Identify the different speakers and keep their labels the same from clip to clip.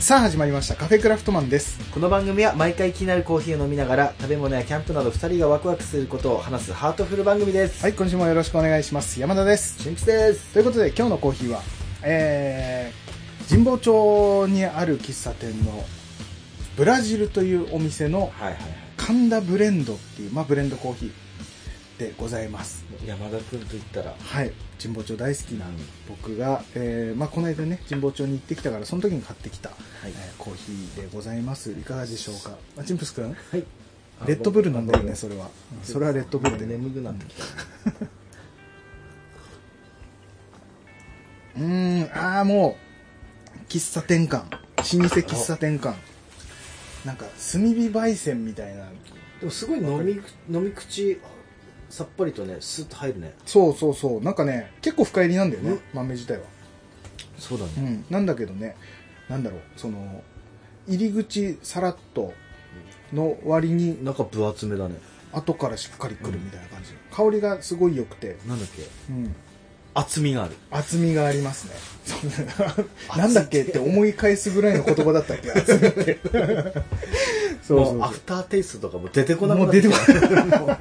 Speaker 1: さあ始まりましたカフェクラフトマンです
Speaker 2: この番組は毎回気になるコーヒーを飲みながら食べ物やキャンプなど2人がワクワクすることを話すハートフル番組です
Speaker 1: はい今週もよろしくお願いします山田です
Speaker 2: 新吉です
Speaker 1: ということで今日のコーヒーはえー、神保町にある喫茶店のブラジルというお店の
Speaker 2: はいはいはい
Speaker 1: 神田ブレンドっていう、まあ、ブレンドコーヒーでございます
Speaker 2: 山田君と言ったら
Speaker 1: はい神保町大好きな僕が、えーまあ、この間ね神保町に行ってきたからその時に買ってきた、
Speaker 2: い
Speaker 1: えーコーヒーでございますいかがでしょうかあチンプス君
Speaker 2: はい
Speaker 1: レッドブル飲んでるねそれはうんそれはレッドブルで
Speaker 2: 眠くなってきた
Speaker 1: うーん、ああ、もう、喫茶店感。老舗喫茶店感。なんか、炭火焙煎みたいな。
Speaker 2: でもすごい飲み飲み口さっぱりとねスッと入るね
Speaker 1: そうそうそう。なんかね、結構深入りなんだよね、
Speaker 2: うん
Speaker 1: 豆自体は。
Speaker 2: そうだ
Speaker 1: う
Speaker 2: ね
Speaker 1: ん。なんだけどね、なんだろう、その、入り口さらっとの割に、
Speaker 2: なんか分厚めだね
Speaker 1: 後からしっかり来るみたいな感じ。香りがすごい良くて、
Speaker 2: なんだっけ
Speaker 1: うん。
Speaker 2: 厚みがある
Speaker 1: 厚みがありますね。そうなんだっけって思い返すぐらいの言葉だったっけ厚みって。そうそうそう
Speaker 2: もうアフターテイストとかも出てこなく
Speaker 1: も
Speaker 2: な
Speaker 1: う
Speaker 2: って
Speaker 1: 出
Speaker 2: きた
Speaker 1: てこない。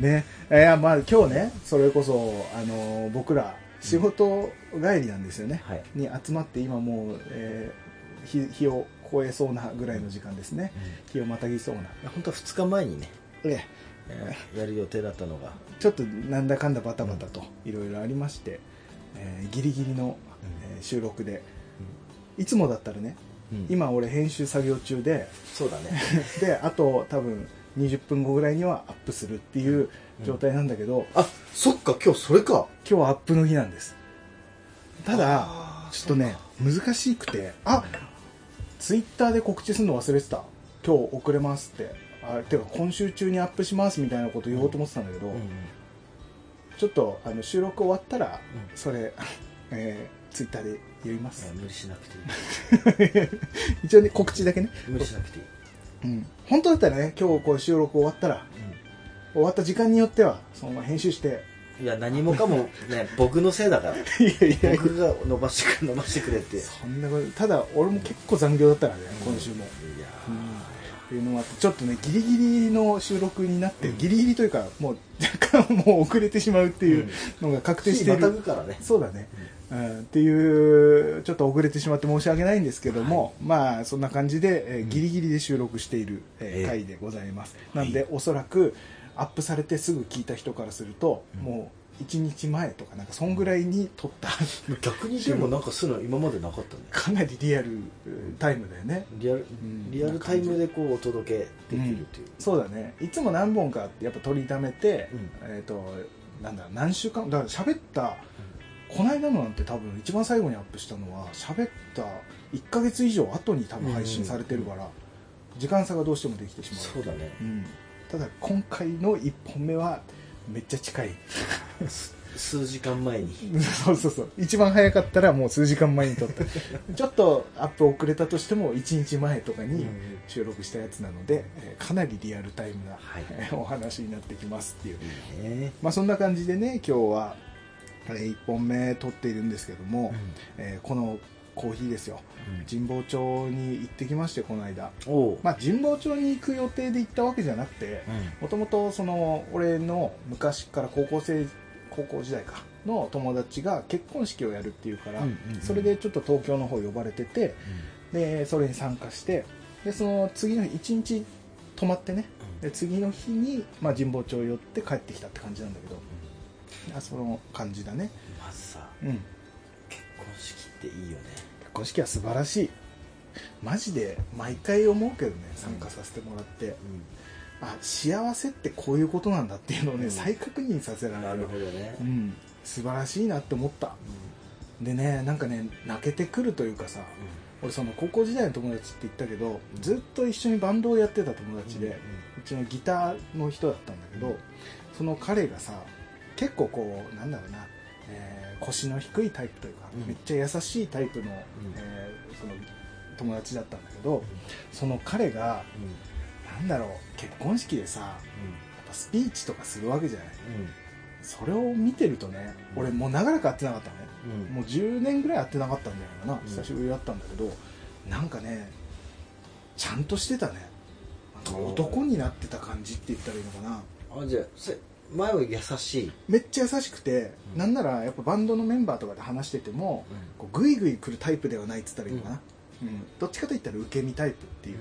Speaker 1: ね。いや、まあ今日ね、それこそ、あのー僕ら、仕事帰りなんですよね。
Speaker 2: はい
Speaker 1: に集まって、今もう、えー日、日を超えそうなぐらいの時間ですね。日をまたぎそうな。
Speaker 2: 本当は2日前にね
Speaker 1: え
Speaker 2: えーやる予定だったのが
Speaker 1: えちょっとなんだかんだバタバタといろいろありまして、えーギリギリの、えー収録で、いつもだったらね、
Speaker 2: うん
Speaker 1: 今俺編集作業中 で、
Speaker 2: そうだね
Speaker 1: で、あと多分20分後ぐらいにはアップするっていう状態なんだけど、
Speaker 2: あそっか今日それか
Speaker 1: 今日はアップの日なんですただ
Speaker 2: あー
Speaker 1: ちょっとね難しくてあツイッターで告知するの忘れてた今日遅れますってあてか今週中にアップしますみたいなこと言おうと思ってたんだけど、ちょっとあの収録終わったら、
Speaker 2: う
Speaker 1: それ、 えー、ツイッターで言いま
Speaker 2: いや
Speaker 1: す
Speaker 2: 無理しなくていい
Speaker 1: 一応ね告知だけね、
Speaker 2: 無理しなくていい、
Speaker 1: うん、本当だったらね今日こう収録終わったら終わった時間によってはそのまま編集して
Speaker 2: いや何もかも ね僕のせいだから
Speaker 1: いやい
Speaker 2: 僕が伸ばしてくれ伸ばしてくれっていや
Speaker 1: そんなことただ俺も結構残業だったからね、
Speaker 2: うん
Speaker 1: 今週もっていうのもあってちょっとねギリギリの収録になって、ギリギリというかもう若干もう遅れてしまうっていうのが確定してい
Speaker 2: ーまた
Speaker 1: る、
Speaker 2: ぐからね
Speaker 1: そうだね、うん、っていうちょっと遅れてしまって申し訳ないんですけども、まあそんな感じで、えーギリギリで収録している、えー
Speaker 2: ええ
Speaker 1: 回でございます、なんでおそらくアップされてすぐ聞いた人からすると、もう1日前とかなんかそんぐらいに撮った
Speaker 2: 逆にでもなんかそういうの今までなかったね
Speaker 1: かなりリアルえータイムだよね
Speaker 2: リアル
Speaker 1: ん
Speaker 2: リアルタイムでこうお届けできるっていう、
Speaker 1: そうだねいつも何本かやっぱ取りためて、
Speaker 2: うん
Speaker 1: えっ、となんだ何週間だから喋った、こないだのなんて多分一番最後にアップしたのは喋った1ヶ月以上後に多分配信されてるから、時間差がどうしてもできてしまう
Speaker 2: そうだね
Speaker 1: うん、ただ今回の1本目はめっちゃ近い
Speaker 2: 数時間前に
Speaker 1: そうそうそう一番早かったらもう数時間前に撮った ちょっとアップ遅れたとしても1日前とかに収録したやつなので、えーかなりリアルタイムな、
Speaker 2: はい
Speaker 1: え ーお話になってきますっていう、
Speaker 2: いいね
Speaker 1: まあ、そんな感じでね今日は、え1本目撮っているんですけども、えーこのコーヒーですよ神保町に行ってきましてこの間、
Speaker 2: おおう、
Speaker 1: まあ、神保町に行く予定で行ったわけじゃなくてもともとその俺の昔から高校生高校時代かの友達が結婚式をやるっていうから、
Speaker 2: うんうんうん
Speaker 1: それでちょっと東京の方呼ばれてて、でそれに参加してでその次の日一日泊まってねで次の日に、まあ、神保町寄って帰ってきたって感じなんだけどあその感じだね
Speaker 2: まずさ
Speaker 1: うん
Speaker 2: 結婚式っていいよね
Speaker 1: 結婚式は素晴らしいマジで毎回思うけどね参加させてもらって、あ幸せってこういうことなんだっていうのをね、
Speaker 2: うん
Speaker 1: 再確認させら
Speaker 2: な
Speaker 1: れ
Speaker 2: る
Speaker 1: る
Speaker 2: ほどね
Speaker 1: う、ん素晴らしいなって思ったでねなんかね泣けてくるというかさ俺その高校時代の友達って言ったけどずっと一緒にバンドをやってた友達で、うちのギターの人だったんだけど、その彼がさ結構こうなんだろうな、えー腰の低いタイプというか、
Speaker 2: うん
Speaker 1: めっちゃ優しいタイプの,、えーその友達だったんだけど、その彼がなんだろう結婚式でさやっぱスピーチとかするわけじゃないそれを見てるとね俺もう長らく会ってなかったのねもう10年ぐらい会ってなかったんじゃないかな
Speaker 2: うん
Speaker 1: 久しぶりだったんだけど、なんかねちゃんとしてたねなんか
Speaker 2: おー
Speaker 1: 男になってた感じって言ったらいいのかな
Speaker 2: あじゃあそれ前は優しい、
Speaker 1: めっちゃ優しくて、
Speaker 2: うん
Speaker 1: なんならやっぱバンドのメンバーとかで話しててもこうグイグイ来るタイプではないっつったらいいのかな、うんどっちかといったら受け身タイプっていう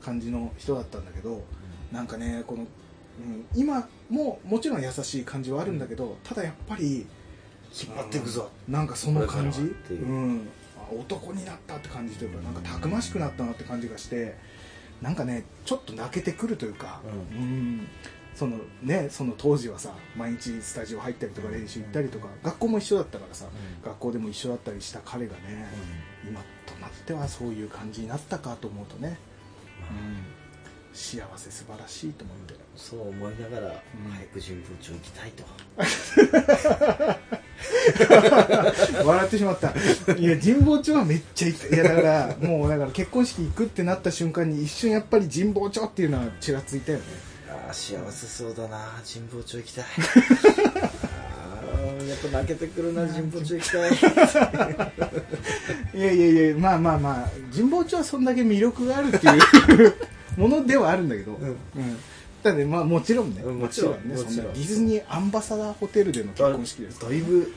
Speaker 1: 感じの人だったんだけど、なんかねこの、うん、今ももちろん優しい感じはあるんだけど、ただやっぱり
Speaker 2: 引っ張っていくぞ、
Speaker 1: うんなんかその感じ
Speaker 2: これからはっていう
Speaker 1: うん、あ男になったって感じというかなんかたくましくなったなって感じがしてなんかねちょっと泣けてくるというか、
Speaker 2: う
Speaker 1: うんそのねその当時はさ毎日スタジオ入ったりとか練習行ったりとか、学校も一緒だったからさ、
Speaker 2: うん
Speaker 1: 学校でも一緒だったりした彼がね、今となってはそういう感じになったかと思うとね、幸せ素晴らしいと思って、
Speaker 2: そう思いながら、
Speaker 1: うん
Speaker 2: 早く神保町行きたいと
Speaker 1: 笑ってしまったいや神保町はめっちゃ行ったいやだからもうだから結婚式行くってなった瞬間に一瞬やっぱり神保町っていうのはちらついたよね
Speaker 2: ああ幸せそうだな神保町行きたいああやっぱ泣けてくるな神保町行きたい
Speaker 1: いやいやいやまあまあまあ神保町はそんだけ魅力があるっていう ものではあるんだけど、うん
Speaker 2: ん
Speaker 1: ただねまあもちろんね
Speaker 2: うんもちろん
Speaker 1: ね
Speaker 2: もちろん
Speaker 1: そなディズニーアンバサダーホテルでの結婚式です
Speaker 2: だいぶ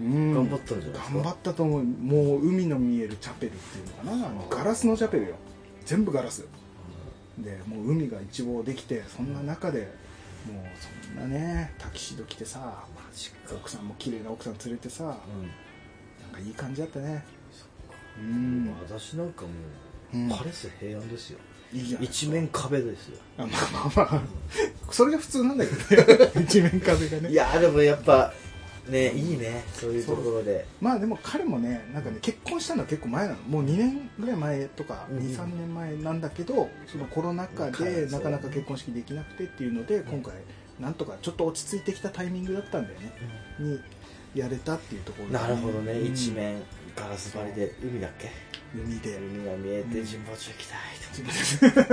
Speaker 1: うん
Speaker 2: 頑張ったんじゃないですか
Speaker 1: 頑張ったと思うもう海の見えるチャペルっていうのかなガラスのチャペルよ全部ガラスでもう海が一望できてそんな中でもうそんなねタキシード着てさ
Speaker 2: マジか、
Speaker 1: 奥さんも綺麗な奥さん連れてさなん
Speaker 2: うん
Speaker 1: かいい感じだったね
Speaker 2: そっか
Speaker 1: うん
Speaker 2: 私なんかもう、
Speaker 1: うん
Speaker 2: パレス平安ですよ
Speaker 1: いいじゃん
Speaker 2: 一面壁ですよ
Speaker 1: あまあまあまあそれが普通なんだけどね 一面壁がね
Speaker 2: いやーでもやっぱねいいねそういうところで
Speaker 1: まあでも彼もねなんかね結婚したのは結構前なのもう2年ぐらい前とか
Speaker 2: うん
Speaker 1: 23年前なんだけどそのコロナ禍で
Speaker 2: そう
Speaker 1: なかなか結婚式できなくてっていうので今回なんとかちょっと落ち着いてきたタイミングだったんだよねにやれたっていうところだ
Speaker 2: な
Speaker 1: ね
Speaker 2: るほどね、
Speaker 1: うん
Speaker 2: 一面ガラス張りで海だっけ
Speaker 1: 海で
Speaker 2: 海が見えて
Speaker 1: うん
Speaker 2: 神保町行きたいと思っ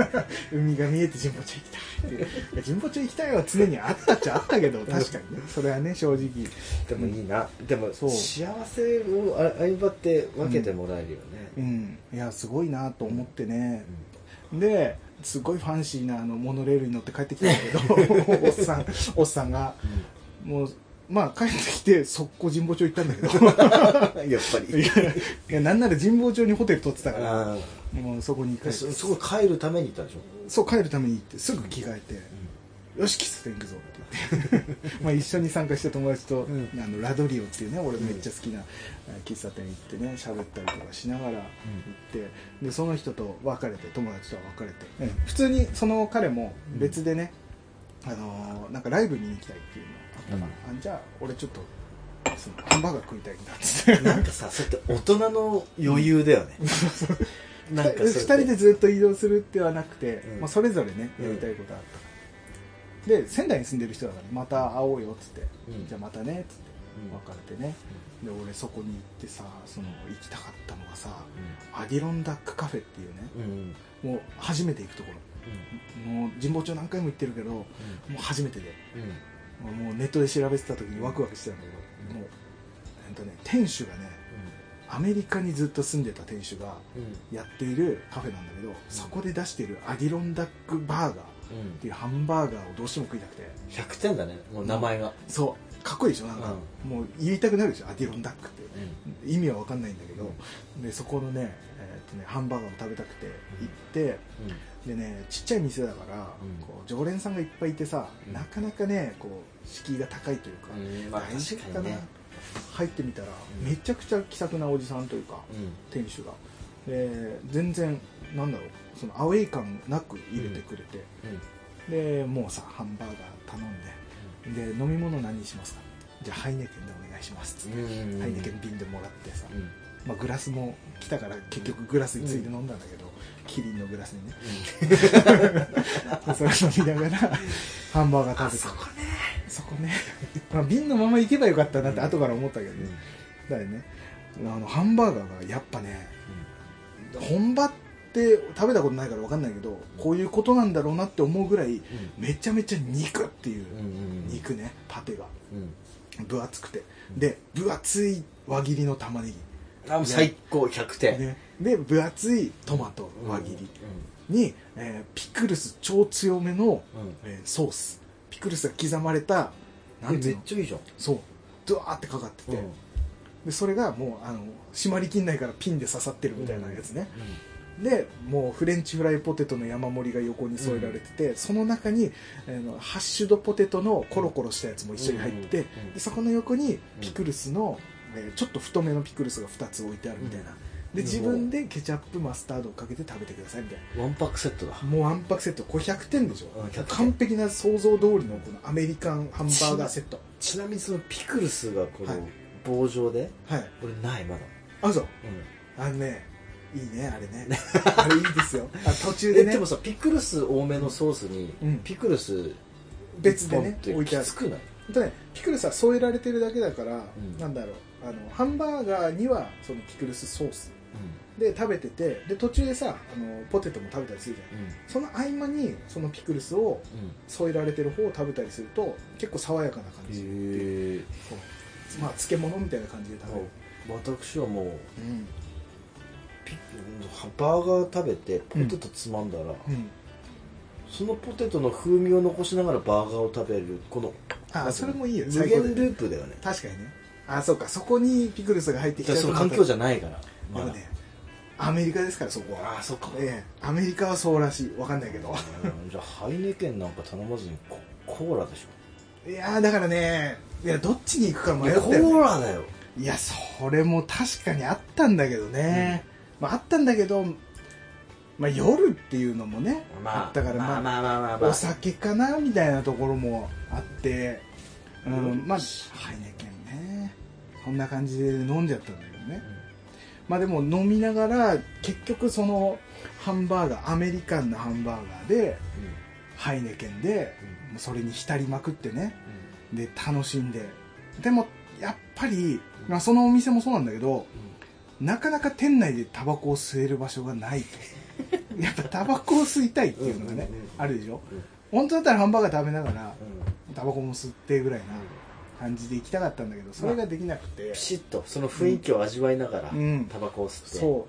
Speaker 1: 海が見えて神保町行きたいっていういや神保町行きたいは常にあったっちゃあったけど確かにねそれはね正直
Speaker 2: て、でもいいなでも
Speaker 1: そう
Speaker 2: 幸せをあ相場って分けてもらえるよね、
Speaker 1: うんいやすごいなと思ってね、ですごいファンシーなあのモノレールに乗って帰ってきたんだ けどおっさんおっさんがもうまあ帰ってきて速攻神保町行ったんだけど
Speaker 2: やっ ぱ
Speaker 1: い
Speaker 2: り
Speaker 1: やいやなんなら神保町にホテル取ってたから
Speaker 2: あ
Speaker 1: もうそこに帰
Speaker 2: あ
Speaker 1: って
Speaker 2: そそこ帰るために行ったでしょ、
Speaker 1: そう帰るために行ってすぐ着替えて、よしキスで行くぞって言って まあ一緒に参加した友達と、
Speaker 2: うん
Speaker 1: あのラドリオっていうね俺のめっちゃ好きなえー喫茶店行ってね喋ったりとかしながら行って、でその人と別れて友達とは別れて、普通にその彼も別でね、あのーなんかライブ見に行きたいっていうのあったから、あじゃあ俺ちょっとそのハンバーガー食いたいんだっつ って
Speaker 2: なんかさそれって大人の余裕だよね、なんかそれって
Speaker 1: 2人でずっと移動するってはなくて、
Speaker 2: うん
Speaker 1: まあ、それぞれね
Speaker 2: うん
Speaker 1: やりたいことあったから、で仙台に住んでる人だからまた会おうよっつって、
Speaker 2: うん
Speaker 1: じゃあまたねっつって
Speaker 2: うん
Speaker 1: 別れてね、で俺そこに行ってさその行きたかったのがさアディロンダックカフェっていうね
Speaker 2: うんうん
Speaker 1: もう初めて行くところもう神保町何回も行ってるけどもう初めてで
Speaker 2: うんうん
Speaker 1: もうネットで調べてた時にワクワクしてたんだけど、もうえっとね店主がねアメリカにずっと住んでた店主が
Speaker 2: うんうん
Speaker 1: やっているカフェなんだけど、そこで出しているアディロンダックバーガーっ
Speaker 2: うん
Speaker 1: ていうハンバーガーをどうしても食いたくて
Speaker 2: 100点だねもう名前が、
Speaker 1: そうかっこいいでしょなんか、もう言いたくなるでしょアディロンダックって意味は分かんないんだけど、でそこのね,、えーっとねハンバーガーを食べたくて行ってでねちっちゃい店だから、
Speaker 2: うん
Speaker 1: こう常連さんがいっぱいいてさ、
Speaker 2: うん
Speaker 1: なかなかねこう敷居が高いというか、
Speaker 2: うんまあ
Speaker 1: 大丈夫
Speaker 2: 確かにね
Speaker 1: 入ってみたら、
Speaker 2: うん
Speaker 1: めちゃくちゃ気さくなおじさんというか、店主がで全然なんだろうそのアウェイ感なく入れてくれて、でもうさハンバーガー頼んでで飲み物何にしますかじゃあハイネケンでお願いしますっつって、
Speaker 2: うん
Speaker 1: ハイネケン瓶でもらってさ、
Speaker 2: うんうん
Speaker 1: まあ、グラスも来たから結局グラスについて飲んだんだけど、キリンのグラスにねそれ飲みなが らハンバーガー食べた
Speaker 2: ね
Speaker 1: そこねまあ瓶のまま行けばよかったなって後から思ったけど
Speaker 2: うん
Speaker 1: ね、だよねあのハンバーガーがやっぱね本場って食べたことないから分かんないけどこういうことなんだろうなって思うぐらいめちゃめちゃ肉っていう
Speaker 2: うんうん
Speaker 1: 肉ねパテが
Speaker 2: うん
Speaker 1: 分厚くてで分厚い輪切りの玉ね
Speaker 2: あもう最高100
Speaker 1: ぎ、
Speaker 2: 点
Speaker 1: ね、で分厚いトマト輪切りに、えーピクルス超強めの、
Speaker 2: うんうん
Speaker 1: えーソースピクルスが刻まれたな
Speaker 2: え
Speaker 1: んて
Speaker 2: め
Speaker 1: い
Speaker 2: っ
Speaker 1: うの
Speaker 2: ちゃいいじゃん
Speaker 1: そうドワーってかかってて、でそれがもうあの締まりきんないからピンで刺さってるみたいなやつね、でもうフレンチフライポテトの山盛りが横に添えられてて、その中にあのハッシュドポテトのコロコロしたやつも一緒に入ってて、
Speaker 2: うんうんうん
Speaker 1: でそこの横にピクルスの、えーちょっと太めのピクルスが2つ置いてあるみたいな、で自分でケチャップマスタードをかけて食べてくださいみたい
Speaker 2: うんワンパックセットだ
Speaker 1: なもうわんぱくセットこれ100点でしょ
Speaker 2: うん100点
Speaker 1: 完璧な想像通りのこのアメリカンハンバーガーセッ ト
Speaker 2: ちなみにそのピクルスがこ
Speaker 1: はい
Speaker 2: の棒状で
Speaker 1: はい
Speaker 2: 俺ないまだ
Speaker 1: あそうあのねいいねあれ ねあれいいですよあ途中
Speaker 2: え
Speaker 1: でね
Speaker 2: でもさピクルス多めのソースに
Speaker 1: うん
Speaker 2: ピクルス
Speaker 1: 別でね
Speaker 2: 一本
Speaker 1: 置
Speaker 2: っ
Speaker 1: いて
Speaker 2: て
Speaker 1: あ
Speaker 2: き
Speaker 1: る
Speaker 2: つくない
Speaker 1: ただねピクルスは添えられてるだけだから、
Speaker 2: うん
Speaker 1: なんだろうあのハンバーガーにはそのピクルスソースで食べててで途中でさあのポテトも食べたりするじゃん
Speaker 2: うんうん
Speaker 1: その合間にそのピクルスを
Speaker 2: うん
Speaker 1: 添えられてる方を食べたりすると結構爽やかな感じ、
Speaker 2: へえ
Speaker 1: そうまあ漬物みたいな感じで食べる、
Speaker 2: 私はもう
Speaker 1: うん
Speaker 2: ピバーガー食べてポテトつまんだ
Speaker 1: う
Speaker 2: ら、
Speaker 1: ん、
Speaker 2: そのポテトの風味を残しながらバーガーを食べるこの
Speaker 1: あそれもいいよ
Speaker 2: 無
Speaker 1: 最高
Speaker 2: 限
Speaker 1: だよね
Speaker 2: ループだよね
Speaker 1: 確かにねあそうかそこにピクルスが入ってきち
Speaker 2: じゃ
Speaker 1: ゃ
Speaker 2: あ
Speaker 1: う
Speaker 2: そ
Speaker 1: と
Speaker 2: の
Speaker 1: また
Speaker 2: 環境じゃないから
Speaker 1: で
Speaker 2: ま
Speaker 1: も
Speaker 2: だ
Speaker 1: ねアメリカですからそこは
Speaker 2: ああそっか、
Speaker 1: ええアメリカはそうらしいわかんないけど
Speaker 2: うんじゃあハイネケンなんか頼まずにココーラでし
Speaker 1: いやーだからねいやどっちに行くか
Speaker 2: ょ
Speaker 1: 迷っ
Speaker 2: コ
Speaker 1: たよ、
Speaker 2: ー
Speaker 1: ね、
Speaker 2: ラだよ
Speaker 1: いやそれも確かにあったんだけどね、まああったんだけどまあ夜っていうのもね、
Speaker 2: ま
Speaker 1: あっ
Speaker 2: あ
Speaker 1: たからま
Speaker 2: ま
Speaker 1: あ
Speaker 2: あまあまあまあ、
Speaker 1: お酒かなみたいなところもあって、うん、まあハイネケンねそんな感じで飲んじゃったんだけどね、まあでも飲みながら結局そのハンバーガーアメリカンのハンバーガーでハイネケンで
Speaker 2: うん
Speaker 1: もうそれに浸りまくってね
Speaker 2: うん
Speaker 1: で楽しんででもやっぱり、まあ、そのお店もそうなんだけどなかなか店内でタバコを吸える場所が ないとやっぱタバコを吸いたいっていうのがね
Speaker 2: うんうんうん
Speaker 1: あるでしょ
Speaker 2: うん
Speaker 1: 本当だったらハンバーガー食べながら
Speaker 2: うん
Speaker 1: タバコも吸ってぐらいな感じで行きたかったんだけどそれができなくて
Speaker 2: ピシッとその雰囲気を味わいながら、
Speaker 1: うん
Speaker 2: タバコを吸って
Speaker 1: そう
Speaker 2: コ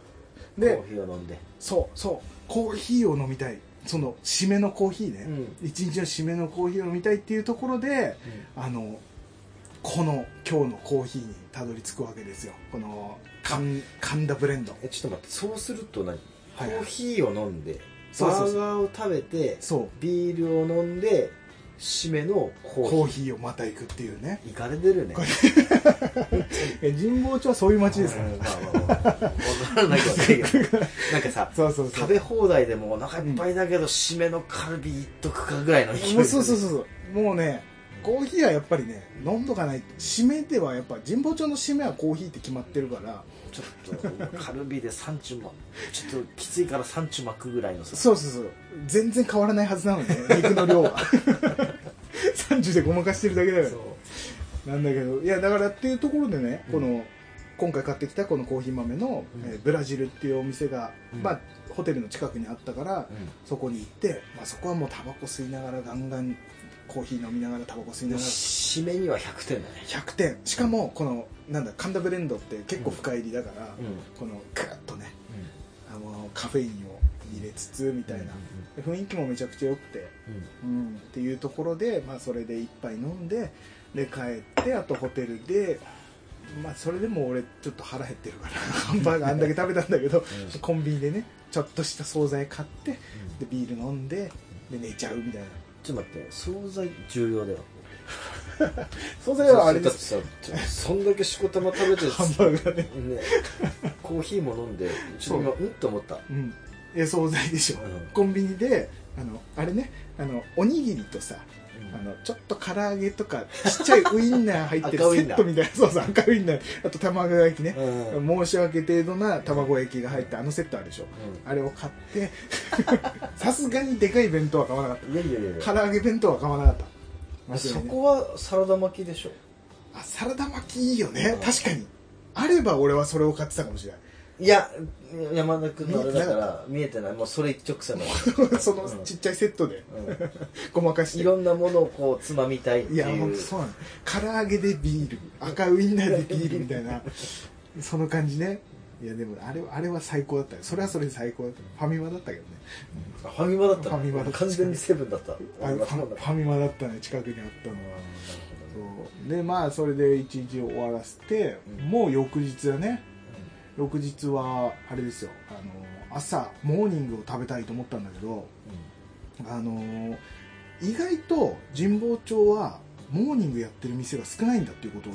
Speaker 1: で
Speaker 2: ーヒーを飲んで
Speaker 1: そうそうコーヒーを飲みたいその締めのコーヒーね、
Speaker 2: う
Speaker 1: 一日の締めのコーヒーを飲みたいっていうところであのこの今日のコーヒーにたどり着くわけですよこの神神田ブレンド
Speaker 2: えちょっと待ってそうすると何、
Speaker 1: はい
Speaker 2: コーヒーを飲んで
Speaker 1: そうそ
Speaker 2: バ
Speaker 1: う
Speaker 2: ー
Speaker 1: そう
Speaker 2: ガーを食べて
Speaker 1: そう
Speaker 2: ビールを飲んで締めのコーヒ
Speaker 1: コ
Speaker 2: ー
Speaker 1: ーヒーをまた行くっていうね
Speaker 2: 行かれてるね
Speaker 1: こえ神保町はそういう街ですか
Speaker 2: うんま
Speaker 1: ら
Speaker 2: あまあまあわからないことないけどなんかさ
Speaker 1: そうそうそう
Speaker 2: 食べ放題でもお腹いっぱいだけど締めのカルビいっとくかぐらいの勢い
Speaker 1: もうそうそうそうそうもうねコーヒーはやっぱりね飲んどかない締めではやっぱ神保町の締めはコーヒーって決まってるから
Speaker 2: ちょっとカルビで3中もちょっときついから3中巻くぐらいのさ
Speaker 1: そうそうそう全然変わらないはずなのね肉の量は 30でごまかしてるだけだからなんだけどいやだからっていうところでね、
Speaker 2: う
Speaker 1: こ
Speaker 2: ん
Speaker 1: の今回買ってきたこのコーヒー豆の、
Speaker 2: うん
Speaker 1: えーブラジルっていうお店が、
Speaker 2: うん
Speaker 1: まあ、ホテルの近くにあったから、
Speaker 2: うん
Speaker 1: そこに行って、まあ、そこはもうタバコ吸いながらガンガンコーヒー飲みながらタバコ吸いながら
Speaker 2: 締めには100点だね
Speaker 1: 100点しかもこのなんだ神田ブレンドって結構深入りだから、
Speaker 2: うん
Speaker 1: このグッとねあのカフェインを入れつつみたいな、雰囲気もめちゃくちゃ良くて、うん、っていうところで、まあ、それで一杯飲んでで帰ってあとホテルで、まあ、それでも俺ちょっと腹減ってるから ハンバーガーあんだけ食べたんだけど、
Speaker 2: うん
Speaker 1: コンビニでねちょっとした惣菜買ってでビール飲んでで寝ちゃうみたいな
Speaker 2: ちょっと待って惣菜重要だよ
Speaker 1: 惣菜はあれで
Speaker 2: だって
Speaker 1: す
Speaker 2: さちょそんだけしこたま食べて
Speaker 1: ハンバーガーね
Speaker 2: ねコーヒーも飲んでちょっと今うんと思った
Speaker 1: うんえ惣菜でしょ、
Speaker 2: うん
Speaker 1: コンビニであのあれねあのおにぎりとさあのちょっと唐揚げとかちっちゃいウインナー入ってるセ
Speaker 2: 赤ウイン
Speaker 1: ッ
Speaker 2: ナー
Speaker 1: トみたいなそうそう赤ウインナーあと卵焼きね、
Speaker 2: うんうん
Speaker 1: 申し訳程度な卵焼きが入ったあのセットあるでしょ、あれを買って さすがにでかい弁当は買わなかっ
Speaker 2: いやいやいやい
Speaker 1: た
Speaker 2: や
Speaker 1: 唐揚げ弁当は買わなかった間違い
Speaker 2: そ
Speaker 1: ない
Speaker 2: こはサラダ巻きでしょ
Speaker 1: あサラダ巻きいいよね
Speaker 2: うん
Speaker 1: 確かにあれば俺はそれを買ってたかもしれない
Speaker 2: いや山田君のあれだから見えてないもうそれ一直線だか
Speaker 1: そのちっちゃい セットで
Speaker 2: ら、うん
Speaker 1: ごまかし
Speaker 2: い
Speaker 1: て
Speaker 2: ろんなものをこうつまみたいって
Speaker 1: い
Speaker 2: い
Speaker 1: や
Speaker 2: う
Speaker 1: 本当そうなの唐揚げでビール赤ウインナーでビールみたいなその感じねいやでもあれあれは最高だったよそれはそれで最高だったよファミマだったけどね
Speaker 2: あファミマだった
Speaker 1: ファミマだった
Speaker 2: 完全にセブンだった
Speaker 1: あファファミマだったね近くにあったのはそうでまあそれで一日終わらせて、
Speaker 2: うん
Speaker 1: もう翌日だね翌日はあれですよあの朝モーニングを食べたいと思ったんだけどあの意外と神保町はモーニングやってる店が少ないんだっていうこと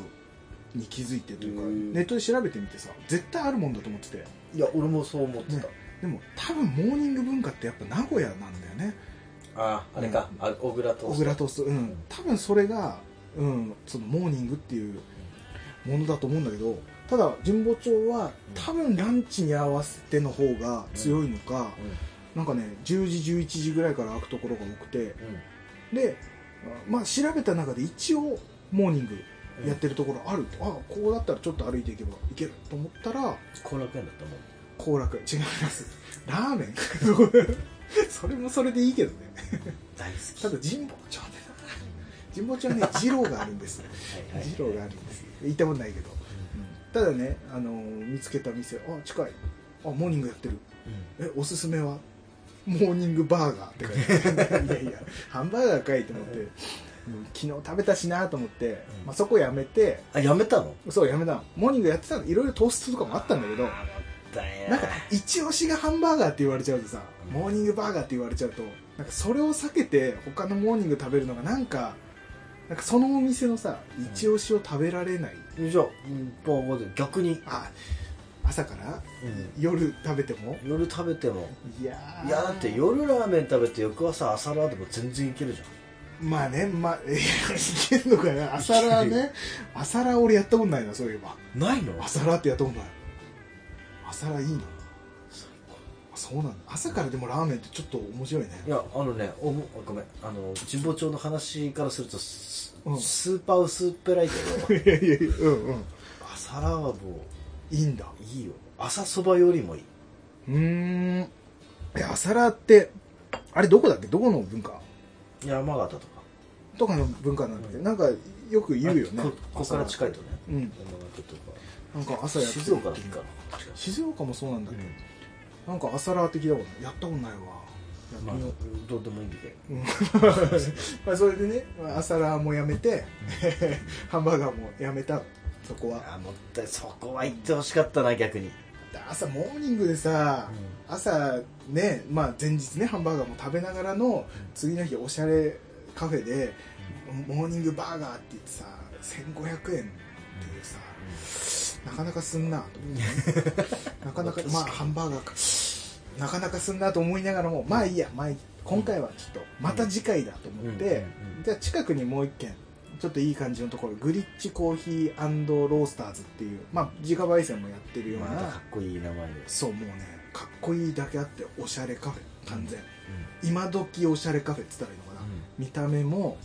Speaker 1: に気づいてというか
Speaker 2: うん
Speaker 1: ネットで調べてみてさ絶対あるもんだと思ってて
Speaker 2: いや俺もそう思ってた
Speaker 1: ねでも多分モーニング文化ってやっぱ名古屋なんだよね
Speaker 2: ああれかあ小倉トー
Speaker 1: 小
Speaker 2: スト
Speaker 1: 倉トーストうん多分それが、うん、そのモーニングっていうものだと思うんだけどただ神保町は多分ランチに合わせての方が強いのか、なんかね10時11時ぐらいから開くところが多くて
Speaker 2: うん
Speaker 1: でまあ調べた中で一応モーニング
Speaker 2: うん
Speaker 1: やってるところあると、あここだったらちょっと歩いていけばいけると思ったら
Speaker 2: 後楽園だったも
Speaker 1: 行
Speaker 2: ん
Speaker 1: 楽違いますラーメン そこそれもそれでいいけどね
Speaker 2: 大好き
Speaker 1: ただ神保町で神保町はね二郎があるんです
Speaker 2: はいはい
Speaker 1: 二郎があるんです行ったことないけど、うんただね、あのー見つけた店あ近いあモーニングやってるえおすすめはモーニングバーガーって書いてあ るいやいやハンバーガーかいと思って、
Speaker 2: うん
Speaker 1: うん昨日食べたしなと思って、まあ、そこやめて
Speaker 2: あやめたの
Speaker 1: そうやめたのモーニングやってたのいろいろトーストとかもあったんだけど
Speaker 2: だよ
Speaker 1: なんか一押しがハンバーガーって言われちゃうとさ
Speaker 2: うん
Speaker 1: モーニングバーガーって言われちゃうとなんかそれを避けて他のモーニング食べるのがなんかなんかそのお店のさ一押しを食べられない、
Speaker 2: じゃあうんバーガーで逆に
Speaker 1: あ朝から夜食べても
Speaker 2: 夜食べても
Speaker 1: いやー
Speaker 2: いやだって夜ラーメン食べて翌朝朝ラーでも全然いけるじゃん
Speaker 1: まあねまあ いけるのかな朝ラーね朝ラー俺やったことないなそういえば
Speaker 2: ないの
Speaker 1: 朝ラーってやったことない朝ラーいいなあそうなんだ朝からでもラーメンってちょっと面白いね
Speaker 2: いやあのねおもごめんあの神保町の話からするとス,、
Speaker 1: うん
Speaker 2: スーパー薄っ ぺらいけ
Speaker 1: い
Speaker 2: ど
Speaker 1: やいやいやうんうん
Speaker 2: 朝ラーはも
Speaker 1: いいんだ
Speaker 2: ういいよ朝そばよりもいいう
Speaker 1: ーんえ朝ラーってあれどこだっけどこの文化
Speaker 2: 山形とか
Speaker 1: とかの文化なんだっけ
Speaker 2: うん
Speaker 1: なんかよく言うよね
Speaker 2: あこここから近いとね
Speaker 1: うん
Speaker 2: 山形とか
Speaker 1: なんか朝やってる
Speaker 2: 静岡だっけかな確か
Speaker 1: 静岡もそうなんだっ
Speaker 2: に
Speaker 1: け、なんか朝ラー的だもんやったことないわやって
Speaker 2: まあ
Speaker 1: みよう
Speaker 2: どうでもいいんだけど
Speaker 1: うんまあそれでねまあ朝ラーもやめて ハンバーガーもやめたそこは
Speaker 2: あもったいそこは行ってほしかったな逆に
Speaker 1: 朝モーニングでさ、朝ね、まあ、前日ねハンバーガーも食べながらの次の日おしゃれカフェでモーニングバーガーって言ってさ1500円っていうさなかなかすんなと思 ってねなかなかまあハンバーガーかなかなかすんなと思いながらもまあいいや、まあいい今回はちょっとまた次回だと思って、
Speaker 2: うんうん
Speaker 1: じゃあ近くにもう一軒ちょっといい感じのところグリッチコーヒーロースターズっていう、まあ、自家焙煎もやってるような、
Speaker 2: またかっこいい名前です
Speaker 1: そうもうねかっこいいだけあっておしゃれカフェ完全、今時おしゃれカフェって言ったらいいのかな、見た目も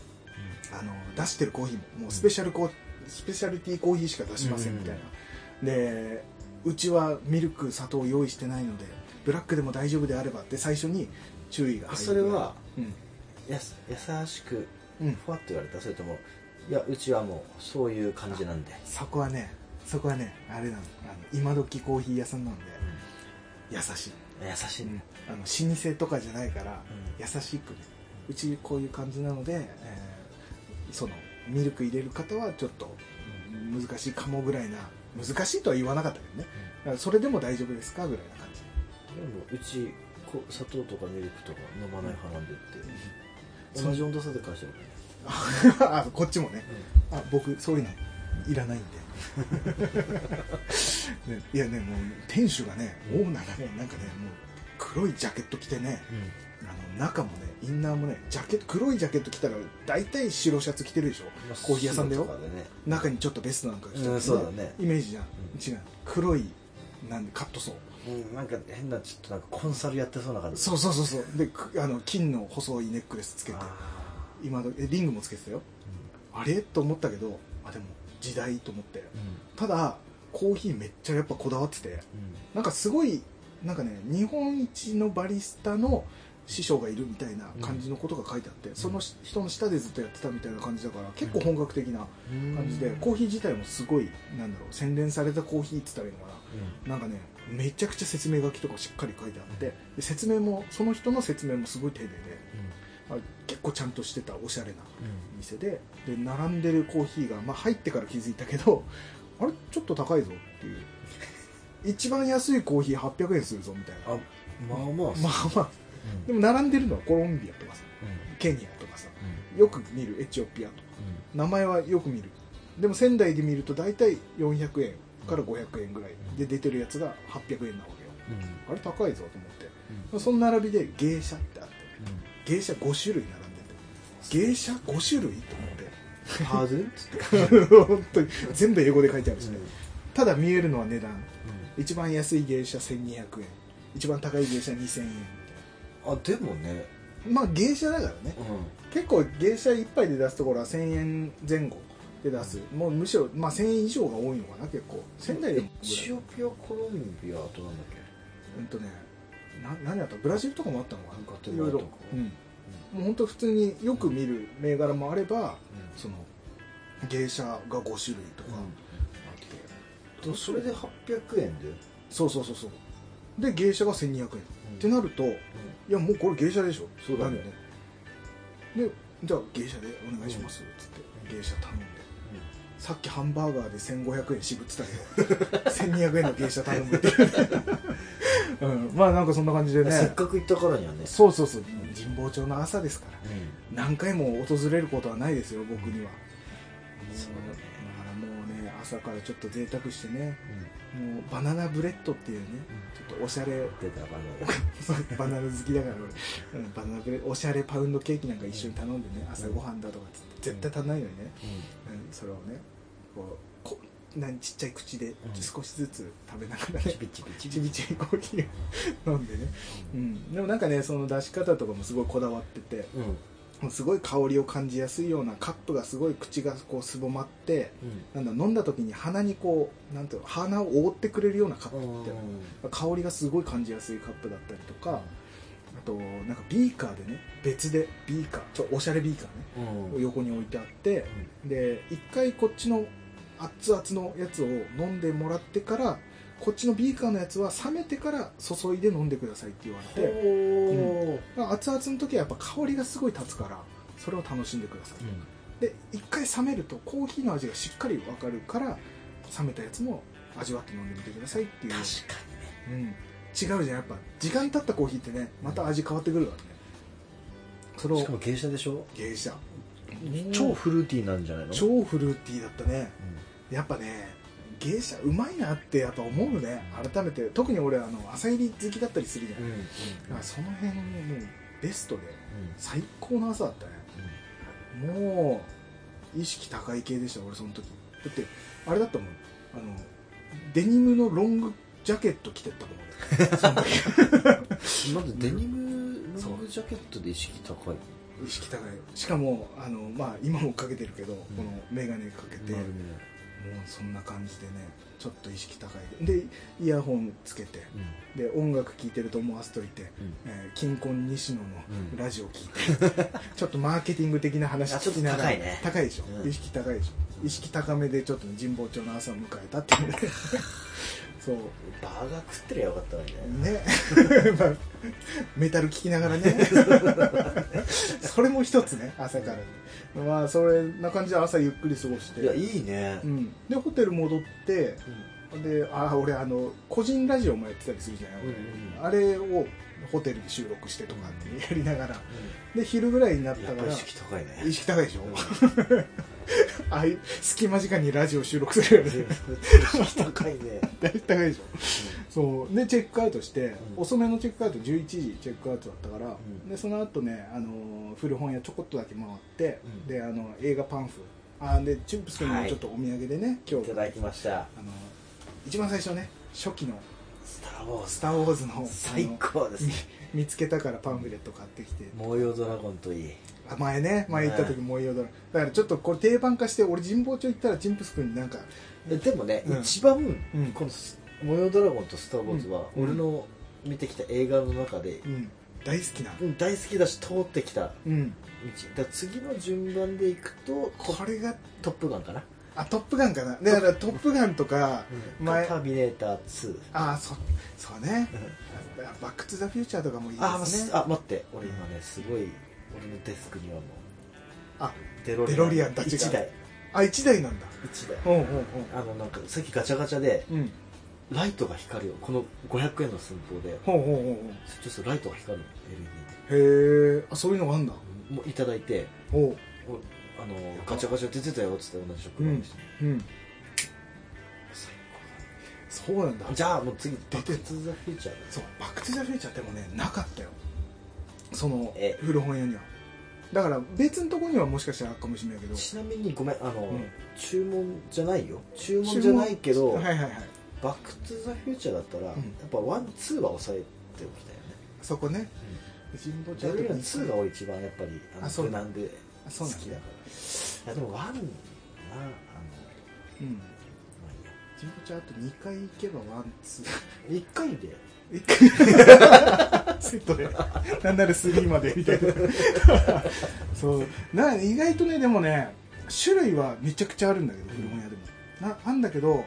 Speaker 1: あの出してるコーヒーももうスペシャルコー、スペシャリティコーヒーしか出しませんみたいな、でうちはミルク砂糖用意してないのでブラックでも大丈夫であればって最初に注意が入る
Speaker 2: それは
Speaker 1: うん
Speaker 2: やす優しく
Speaker 1: うん
Speaker 2: ふわっと言われたそれともいやうちはもうそういう感じなんで、
Speaker 1: そこはねそこはねあれなのあの今時コーヒー屋さんなので優しい、
Speaker 2: 優しいね、
Speaker 1: あの老舗とかじゃないから、
Speaker 2: うん
Speaker 1: 優しくねうちこういう感じなので、えーそのミルク入れる方はちょっと難しいかもぐらいな難しいとは言わなかったけどねだからそれでも大丈夫ですかぐらいな感じ
Speaker 2: でもうちこ砂糖とかミルクとか飲まない派なんでって、
Speaker 1: うん
Speaker 2: 同じ温度差で返してるからね、
Speaker 1: あこっちもねあ僕そういうのいらないんで、 ねいやねもう店主がねオーナーがねなんかねもう黒いジャケット着てねあの中もねインナーもねジャケット黒いジャケット着たら大体白シャツ着てるでしょ
Speaker 2: まあ
Speaker 1: コーヒー屋さんだよ
Speaker 2: スーパーとかでね
Speaker 1: 中にちょっとベストなんか着てるね
Speaker 2: うんそうだね
Speaker 1: イメージじゃん、違う黒いなんでカットソー
Speaker 2: うんなんか変なちょっとなんかコンサルやってそうな感じ
Speaker 1: そうそうそうそうでくあの金の細いネックレスつけて
Speaker 2: あ
Speaker 1: 今どえリングもつけてたよあれと思ったけどあでも時代と思って
Speaker 2: ーうん
Speaker 1: ただコーヒーめっちゃやっぱこだわってて
Speaker 2: うん
Speaker 1: なんかすごいなんかね日本一のバリスタの師匠がいるみたいな感じのことが書いてあって、その人の下でずっとやってたみたいな感じだから結構本格的な感じで、
Speaker 2: うん
Speaker 1: コーヒー自体もすごいなんだろう洗練されたコーヒーって言ったらいいのかな、
Speaker 2: う
Speaker 1: なんかねめちゃくちゃ説明書きとかしっかり書いてあってで説明もその人の説明もすごい丁寧であ結構ちゃんとしてたおしゃれな店でで並んでるコーヒーが、まあ、入ってから気づいたけどあれちょっと高いぞっていう一番安いコーヒー800円するぞみたいな
Speaker 2: あまあまあ
Speaker 1: まあまあでも並んでるのはコロンビアとかさケニアとかさよく見るエチオピアとか名前はよく見るでも仙台で見ると大体400円から500円ぐらいで出てるやつが800円なわけよあれ高いぞと思ってその並びで芸者ってあって芸者5種類並んでて芸者5種類と思って
Speaker 2: ハードルっつって
Speaker 1: 本当に全部英語で書いてあるしね、ただ見えるのは値段一番安い芸者1200円一番高い芸者2000円
Speaker 2: あでもね
Speaker 1: まあ芸者だからね結構芸者一杯で出すところは1000円前後で出すもうむしろ、まあ、1000円以上が多いのかな結構仙台でも
Speaker 2: エチオピアコロンビアあとなんだっ
Speaker 1: うんとねな何だったブラジルとかもあったのか
Speaker 2: なんかあった
Speaker 1: な
Speaker 2: よ
Speaker 1: いろいろ
Speaker 2: あったか
Speaker 1: うんもう本当普通によく見る銘柄もあれば
Speaker 2: け
Speaker 1: その芸者が5種類とかあって、
Speaker 2: うんそれで800円で
Speaker 1: そうそうそうそうで芸者が1200円、ってなるといやもうこれ芸者でしょ
Speaker 2: そうだね
Speaker 1: なるよねでじゃあ芸者でお願いしますっつって芸者頼んでさっきハンバーガーで1500円渋ってたけど 1200円の芸者頼むっていう、 うん、まあなんかそんな感じでね
Speaker 2: せっかく行ったからにはね
Speaker 1: そうそうそう神保町の朝ですから何回も訪れることはないですよ僕には
Speaker 2: そうだね
Speaker 1: だからもうね朝からちょっと贅沢してねもうバナナブレッドっていうねちょっとおしゃれ
Speaker 2: 出たバナ
Speaker 1: バナナ好きだから俺、うん、バナナブレおしゃれパウンドケーキなんか一緒に頼んでね朝ごはんだとかっつって絶対足んないのにね、うん、それをねこうこ何ちっちゃい口で
Speaker 2: ん
Speaker 1: 少しずつ食べながらね
Speaker 2: チビチビチ
Speaker 1: ちびちびコーヒーを飲んでね、うん、でもなんかねその出し方とかもすごいこだわってて
Speaker 2: うん
Speaker 1: もうすごい香りを感じやすいようなカップがすごい口がこうすぼまってなんだ飲んだ時に鼻にこうなんていうの鼻を覆ってくれるようなカップって香りがすごい感じやすいカップだったりとかあとなんかビーカーでね別でビーカーちょおしゃれビーカーねを横に置いてあってで一回こっちの熱々のやつを飲んでもらってからこっちのビーカーのやつは冷めてから注いで飲んでくださいって言われて
Speaker 2: ほ
Speaker 1: まあ熱々の時はやっぱ香りがすごい立つからそれを楽しんでください、で一回冷めるとコーヒーの味がしっかり分かるから冷めたやつも味わって飲んでみてくださいっていう、
Speaker 2: 確かにね
Speaker 1: うん、違うじゃんやっぱ時間経ったコーヒーってねまた味変わってくるからねそれ
Speaker 2: し
Speaker 1: を
Speaker 2: かも芸者でしょ
Speaker 1: 芸者
Speaker 2: 超フルーティーなんじゃないの
Speaker 1: 超フルーティーだったねやっぱね芸者うまいなってやっぱ思うね改めて特に俺あの朝入り好きだったりするじゃん、だからその辺ももうベストで最高の朝だったねもう意識高い系でした俺その時だってあれだったもんあのデニムのロングジャケット着てったもん俺その時
Speaker 2: まずデニムロングジャケットで意識高い
Speaker 1: 意識高いしかもあの、まあ、今もかけてるけど、この眼鏡かけて、
Speaker 2: 丸
Speaker 1: もう
Speaker 2: 見
Speaker 1: そんな感じでねちょっと意識高いででイヤホンつけて
Speaker 2: え
Speaker 1: で音楽聴いてると思わせといて、えー近婚西野の
Speaker 2: うん
Speaker 1: ラジオ聴いて、 ちょっとマーケティング的な話
Speaker 2: あちょっと
Speaker 1: 聞きながら
Speaker 2: 高いね
Speaker 1: 高いでしょ、
Speaker 2: うん
Speaker 1: 意識高いでしょ意識高めでちょっとね、神保町の朝を迎えたっていう ねそう
Speaker 2: バーガー食ってりゃよかったのにね
Speaker 1: ね まあメタル聴きながらね それも一つね朝から、まあそれな感じで朝ゆっくり過ごして
Speaker 2: いやいいね
Speaker 1: うん、でホテル戻ってであ俺あの個人ラジオもやってたりするじゃない、
Speaker 2: うんうんうん
Speaker 1: あれをホテルで収録してとかってやりながらで昼ぐらいになった
Speaker 2: やっ
Speaker 1: か
Speaker 2: ぱ
Speaker 1: ら
Speaker 2: 意識高いね
Speaker 1: 意識高いでしょ、 ああいう隙間時間にラジオ収録するよね
Speaker 2: 意識高い ね
Speaker 1: 大体高いでしょ、そうでチェックアウトして、
Speaker 2: うん
Speaker 1: 遅めのチェックアウト11時チェックアウトだったから、
Speaker 2: うん
Speaker 1: でその後ねあのー古本屋ちょこっとだけ回って、
Speaker 2: うん
Speaker 1: であの映画パンフあでチュンプス君にもちょっとお土産でね、今
Speaker 2: い
Speaker 1: 日
Speaker 2: ただきました
Speaker 1: あの一番最初ね初期の
Speaker 2: スター・ウォ
Speaker 1: 「
Speaker 2: ー
Speaker 1: ス
Speaker 2: ズ
Speaker 1: ター・ウォーズの」あの
Speaker 2: 最高ですね
Speaker 1: 見つけたからパンフレット買ってきて
Speaker 2: 燃えよドラゴンといい
Speaker 1: あ前ね前行った時もういいよだろだからちょっとこれ定番化して俺神保町行ったらジンプス君になんか
Speaker 2: えでもね、
Speaker 1: うん
Speaker 2: 一番
Speaker 1: うん
Speaker 2: このス「模様ドラゴン」と「スター・ウォーズ」は
Speaker 1: うん
Speaker 2: 俺の見てきた映画の中で
Speaker 1: う、ん大好きな
Speaker 2: うん大好きだし通ってきた道
Speaker 1: うん
Speaker 2: だから次の順番でいくと
Speaker 1: これが
Speaker 2: トップガン」かな
Speaker 1: あトップガンかなだからトップガンとか前、
Speaker 2: タービネーター2
Speaker 1: ああそそうねバック・トゥ・ザ・フューチャーとかもいい
Speaker 2: あ、
Speaker 1: ですね
Speaker 2: あ待って俺今ねすごい俺のデスクにはもう
Speaker 1: あ
Speaker 2: デロ
Speaker 1: デロリアンたちが
Speaker 2: 1台
Speaker 1: あ一台なんだ
Speaker 2: 1台
Speaker 1: うんうんうん
Speaker 2: あのなんかさっきガチャガチャで
Speaker 1: うん
Speaker 2: ライトが光るよこの500円の寸法で
Speaker 1: ほうほうほ
Speaker 2: ちょっとライトが光るの LED
Speaker 1: うほうへえあそういうのがあんだ
Speaker 2: でもういただいて
Speaker 1: おう
Speaker 2: おあのガチャガチャ出てたよっつって同じ職場の人に、
Speaker 1: うん
Speaker 2: 最
Speaker 1: そ
Speaker 2: 高
Speaker 1: うなんだ
Speaker 2: だじゃあもう次
Speaker 1: て
Speaker 2: バック・トゥ・ザ・フューチャーだ
Speaker 1: そうバック・トゥ・ザ・フューチャーでもねなかったよその
Speaker 2: え
Speaker 1: 古本屋にはだから別のとこにはもしかしたらあるかもしれないけど
Speaker 2: ちなみにごめんあの、
Speaker 1: ん
Speaker 2: 注文じゃないよ注文じゃないけど、
Speaker 1: はいはいはい
Speaker 2: バック・トゥ・ザ・フューチャーだった
Speaker 1: う
Speaker 2: ら、
Speaker 1: ん
Speaker 2: やっぱワンツーは抑えておきたいよね
Speaker 1: そこね神保
Speaker 2: ジ
Speaker 1: 町
Speaker 2: ャ
Speaker 1: と
Speaker 2: ル
Speaker 1: か
Speaker 2: は
Speaker 1: に
Speaker 2: 2が俺一番やっぱりあ
Speaker 1: あ
Speaker 2: の
Speaker 1: そう
Speaker 2: 無
Speaker 1: だ
Speaker 2: 難で
Speaker 1: あ
Speaker 2: 好
Speaker 1: そうなんだ
Speaker 2: きだからいやでも1はなあの
Speaker 1: うん
Speaker 2: まあ
Speaker 1: 神保町あと2回行けばワンツー
Speaker 2: いいや1回で
Speaker 1: 一回セットでなんなら3までみたいなそうな意外とねでもね種類はめちゃくちゃあるんだけど古本屋でもななんだけど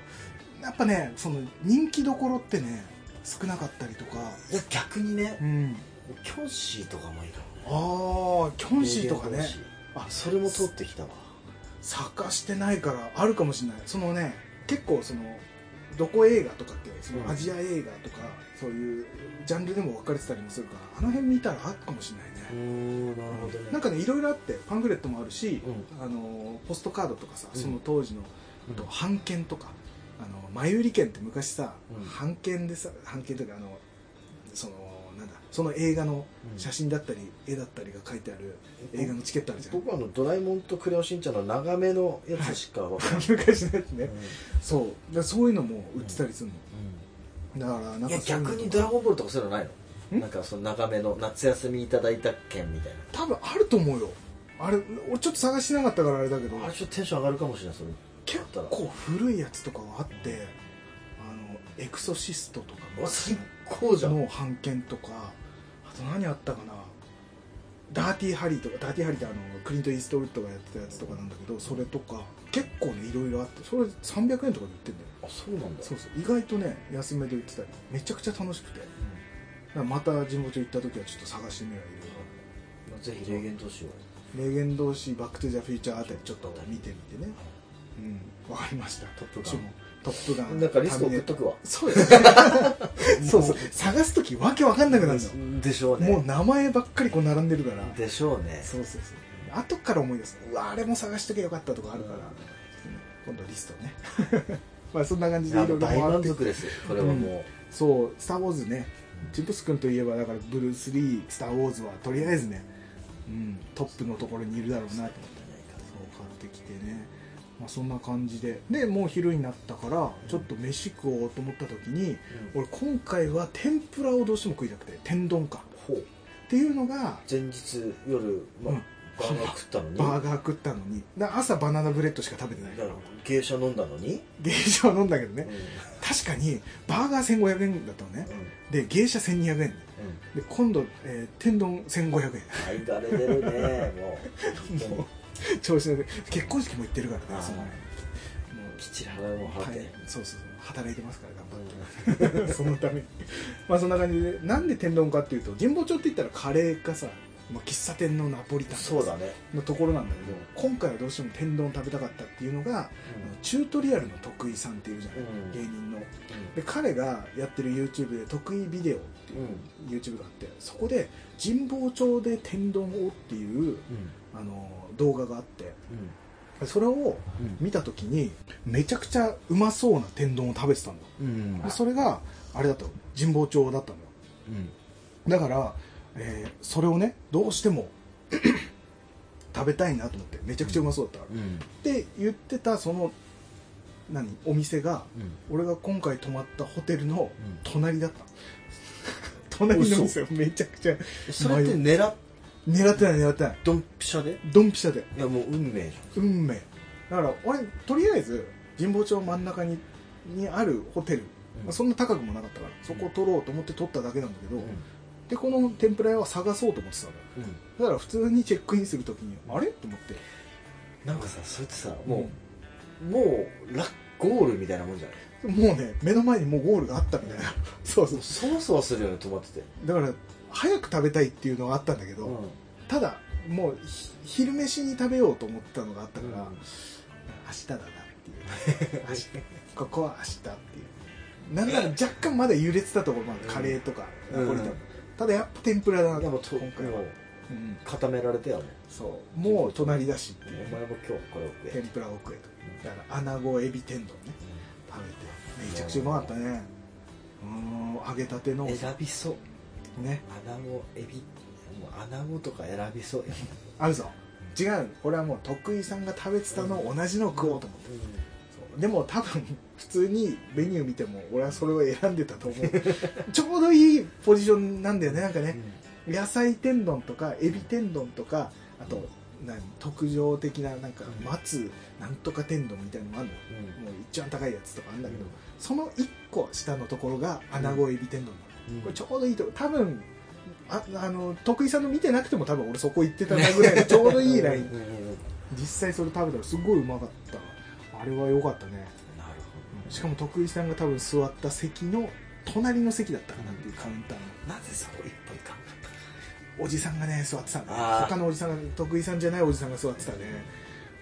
Speaker 1: やっぱねその人気どころってね少なかったりとか
Speaker 2: いや逆に
Speaker 1: う
Speaker 2: ね
Speaker 1: ん
Speaker 2: キョンシーとかもいいかも
Speaker 1: ああキョンシーとかね
Speaker 2: あそれも通ってきたわ
Speaker 1: 探してないからあるかもしれないそのね結構そのどこ映画とかってそのアジア映画とか、そういうジャンルでも分かれてたりもするからあの辺見たらあるかもしれないね、
Speaker 2: んなるほどね
Speaker 1: なんかねいろいろあってパンフレットもあるし、
Speaker 2: う
Speaker 1: あのポストカードとかさ、
Speaker 2: うん
Speaker 1: その当時の、あと版権とかあの前売り券って昔さ、
Speaker 2: うん
Speaker 1: 版権でさ版権というかあのそのなんだその映画の写真だったり、絵だったりが書いてある映画のチケットあるじゃん、
Speaker 2: 僕はあのドラえもんとクレヨンしんちゃんの長めのやつしかわからない、
Speaker 1: 昔のやつね、
Speaker 2: うん
Speaker 1: そうだからそういうのも売ってたりするの、だからなんか
Speaker 2: いや
Speaker 1: そううの
Speaker 2: 逆にドラゴンボールとかそういうのないの
Speaker 1: ん
Speaker 2: なんかその長めの夏休みいただいた券みたいな
Speaker 1: 多分あると思うよあれ俺ちょっと探してなかったからあれだけど
Speaker 2: あれちょっとテンション上がるかもしれないそれ
Speaker 1: 結構古いやつとかがあってあのエクソシストとか
Speaker 2: うわ最高じゃん
Speaker 1: の版権とかあと何あったかなダーティーハリーとかダーティーハリーってあのクリント・イーストウッドがやってたやつとかなんだけどそれとか結構ねいろいろあってそれ300円とかで売ってんだよ
Speaker 2: あそうなんだ
Speaker 1: そうそう意外とね安めで売ってたりめちゃくちゃ楽しくてだからまた神保町行った時はちょっと探してみよういろいろ
Speaker 2: うんぜひ霊言どうしよ
Speaker 1: 名言同士バック・トゥ・ザ・フューチャーあたりちょっと見てみてねうんわかりました
Speaker 2: トップガン
Speaker 1: 注文トップガ
Speaker 2: う
Speaker 1: ン
Speaker 2: なんかリスト
Speaker 1: ターミネ
Speaker 2: 送っ
Speaker 1: ータ
Speaker 2: と
Speaker 1: ー
Speaker 2: くわ
Speaker 1: そうですねそうそう
Speaker 2: も
Speaker 1: 探す時わけわかんなくなるの
Speaker 2: でしょうね
Speaker 1: もう名前ばっかりこう並んでるから
Speaker 2: でしょうね
Speaker 1: そうそうそう後から思い出すうわあれも探しとけばよかったとかあるから、
Speaker 2: うん
Speaker 1: 今度リストね まあそんな感じ
Speaker 2: い
Speaker 1: でい
Speaker 2: や
Speaker 1: ろいろ
Speaker 2: 大
Speaker 1: 回っ
Speaker 2: 満
Speaker 1: て
Speaker 2: 足ですよこれはも
Speaker 1: そう「スター・ウォーズね」チップス君といえばだからブルース・リー「スター・ウォーズ」はとりあえずね、うん、トップのところにいるだろうなと思ってそう買ってきてね、まあ、そんな感じででもう昼になったからちょっと飯食おうと思った時に、俺今回は天ぷらをどうしても食いたくて天丼か
Speaker 2: うほう
Speaker 1: っていうのが
Speaker 2: 前日夜まあ
Speaker 1: うん
Speaker 2: バーガー食ったのに
Speaker 1: バーガー食ったのにだ朝バナナブレッドしか食べてない
Speaker 2: だから芸者飲んだのに
Speaker 1: 芸者は飲んだけど
Speaker 2: う
Speaker 1: ね
Speaker 2: んうん
Speaker 1: 確かにバーガー1500円だったのねで芸者1200円で今度、えー天丼1500円
Speaker 2: 愛がれてるねもう
Speaker 1: もう調子乗って結婚式も行ってるからね
Speaker 2: あー
Speaker 1: そのも
Speaker 2: きっちり払いも
Speaker 1: う
Speaker 2: 払っ
Speaker 1: はい
Speaker 2: て
Speaker 1: そうそうそう働いてますから頑張って そのためにまあそんな感じでなんで天丼かっていうと神保町って言ったらカレーかさ、まあ、喫茶店のナポリタン
Speaker 2: そうだね
Speaker 1: のところなんだけど今回はどうしても天丼食べたかったっていうのが、あのチュートリアルの徳井さんっていうじゃない、
Speaker 2: うん
Speaker 1: 芸人ので彼がやってる YouTube で徳井ビデオっていう
Speaker 2: うん
Speaker 1: YouTube があってそこで神保町で天丼をっていう
Speaker 2: うん
Speaker 1: あの動画があって
Speaker 2: うん
Speaker 1: それを見た時にめちゃくちゃうまそうな天丼を食べてたんだよ
Speaker 2: うん
Speaker 1: でそれがあれだったの神保町だったのよ
Speaker 2: うん
Speaker 1: だから、えーそれをねどうしても 食べたいなと思ってめちゃくちゃうまそうだったから、
Speaker 2: うん
Speaker 1: って言ってたその何お店が
Speaker 2: うん
Speaker 1: 俺が今回泊まったホテルの
Speaker 2: うん
Speaker 1: 隣だ ったの隣の店をめちゃくちゃ
Speaker 2: それって狙っ
Speaker 1: 狙ってない狙ってない
Speaker 2: ドンピシャで
Speaker 1: ドンピシャで
Speaker 2: いやもう運命じ
Speaker 1: 運命だから俺とりあえず神保町真ん中ににあるホテル、
Speaker 2: うん
Speaker 1: まあそんな高くもなかったからそこを取ろうと思って取っただけなんだけど、
Speaker 2: ゃん
Speaker 1: でこの天ぷら屋は探そうと思ってたのよだから普通にチェックインするときにあれと思って
Speaker 2: なんかさそれってさ
Speaker 1: もう
Speaker 2: ももうラゴールみたいなもんじゃない
Speaker 1: もうね目の前にもうゴールがあったみたいな そうそう
Speaker 2: そわそわするよね止まってて、
Speaker 1: だから早く食べたいっていうのがあったんだけど、
Speaker 2: うん
Speaker 1: ただもうひ昼飯に食べようと思ったのがあったから、
Speaker 2: うん
Speaker 1: 明日だなっていう明日ここは明日っていうなんなら若干まだ優劣だと思う、まだカレーとかナ
Speaker 2: うん
Speaker 1: ポリタン、ただやっぱ天ぷらだな
Speaker 2: でもと
Speaker 1: 今回は、
Speaker 2: もう
Speaker 1: うん
Speaker 2: 固められてよね
Speaker 1: そうもう隣だしっ
Speaker 2: お
Speaker 1: ていう
Speaker 2: 前も今日これを食え
Speaker 1: 天ぷらを食えとだから穴子エビ天丼ね食べてめちゃくちゃうまかったねうん揚げたての
Speaker 2: うん選びそう
Speaker 1: ね
Speaker 2: 穴子エビもう穴子とか選びそうや ね
Speaker 1: あるぞ違う俺はもう徳井さんが食べてたのを同じのを食おうと思って、そうでも多分普通にメニュー見ても俺はそれを選んでたと思 うちょうどいいポジションなんだよねなんかね、野菜天丼とかエビ天丼とかあと、何特上的ななんか
Speaker 2: うん
Speaker 1: 松なんとか天丼みたいなのもあるのよ
Speaker 2: うん
Speaker 1: もう一番高いやつとかあるんだけど、
Speaker 2: うん
Speaker 1: その1個下のところが穴子エビ天丼なの、
Speaker 2: うん
Speaker 1: これちょうどいいとこ多分ああの徳井さんの見てなくても多分俺そこ行ってたなぐ らいのちょうどいいライン
Speaker 2: うんうんうんうん
Speaker 1: 実際それ食べたらすごいうまかったあれは良かったね
Speaker 2: なるほど
Speaker 1: しかも徳井さんが多分座った席の隣の席だったかなっていうカウンターの
Speaker 2: なぜそこ一本いかんかったか
Speaker 1: おじさんがね座ってたんだ
Speaker 2: あー
Speaker 1: 他のおじさんが徳井さんじゃないおじさんが座ってたね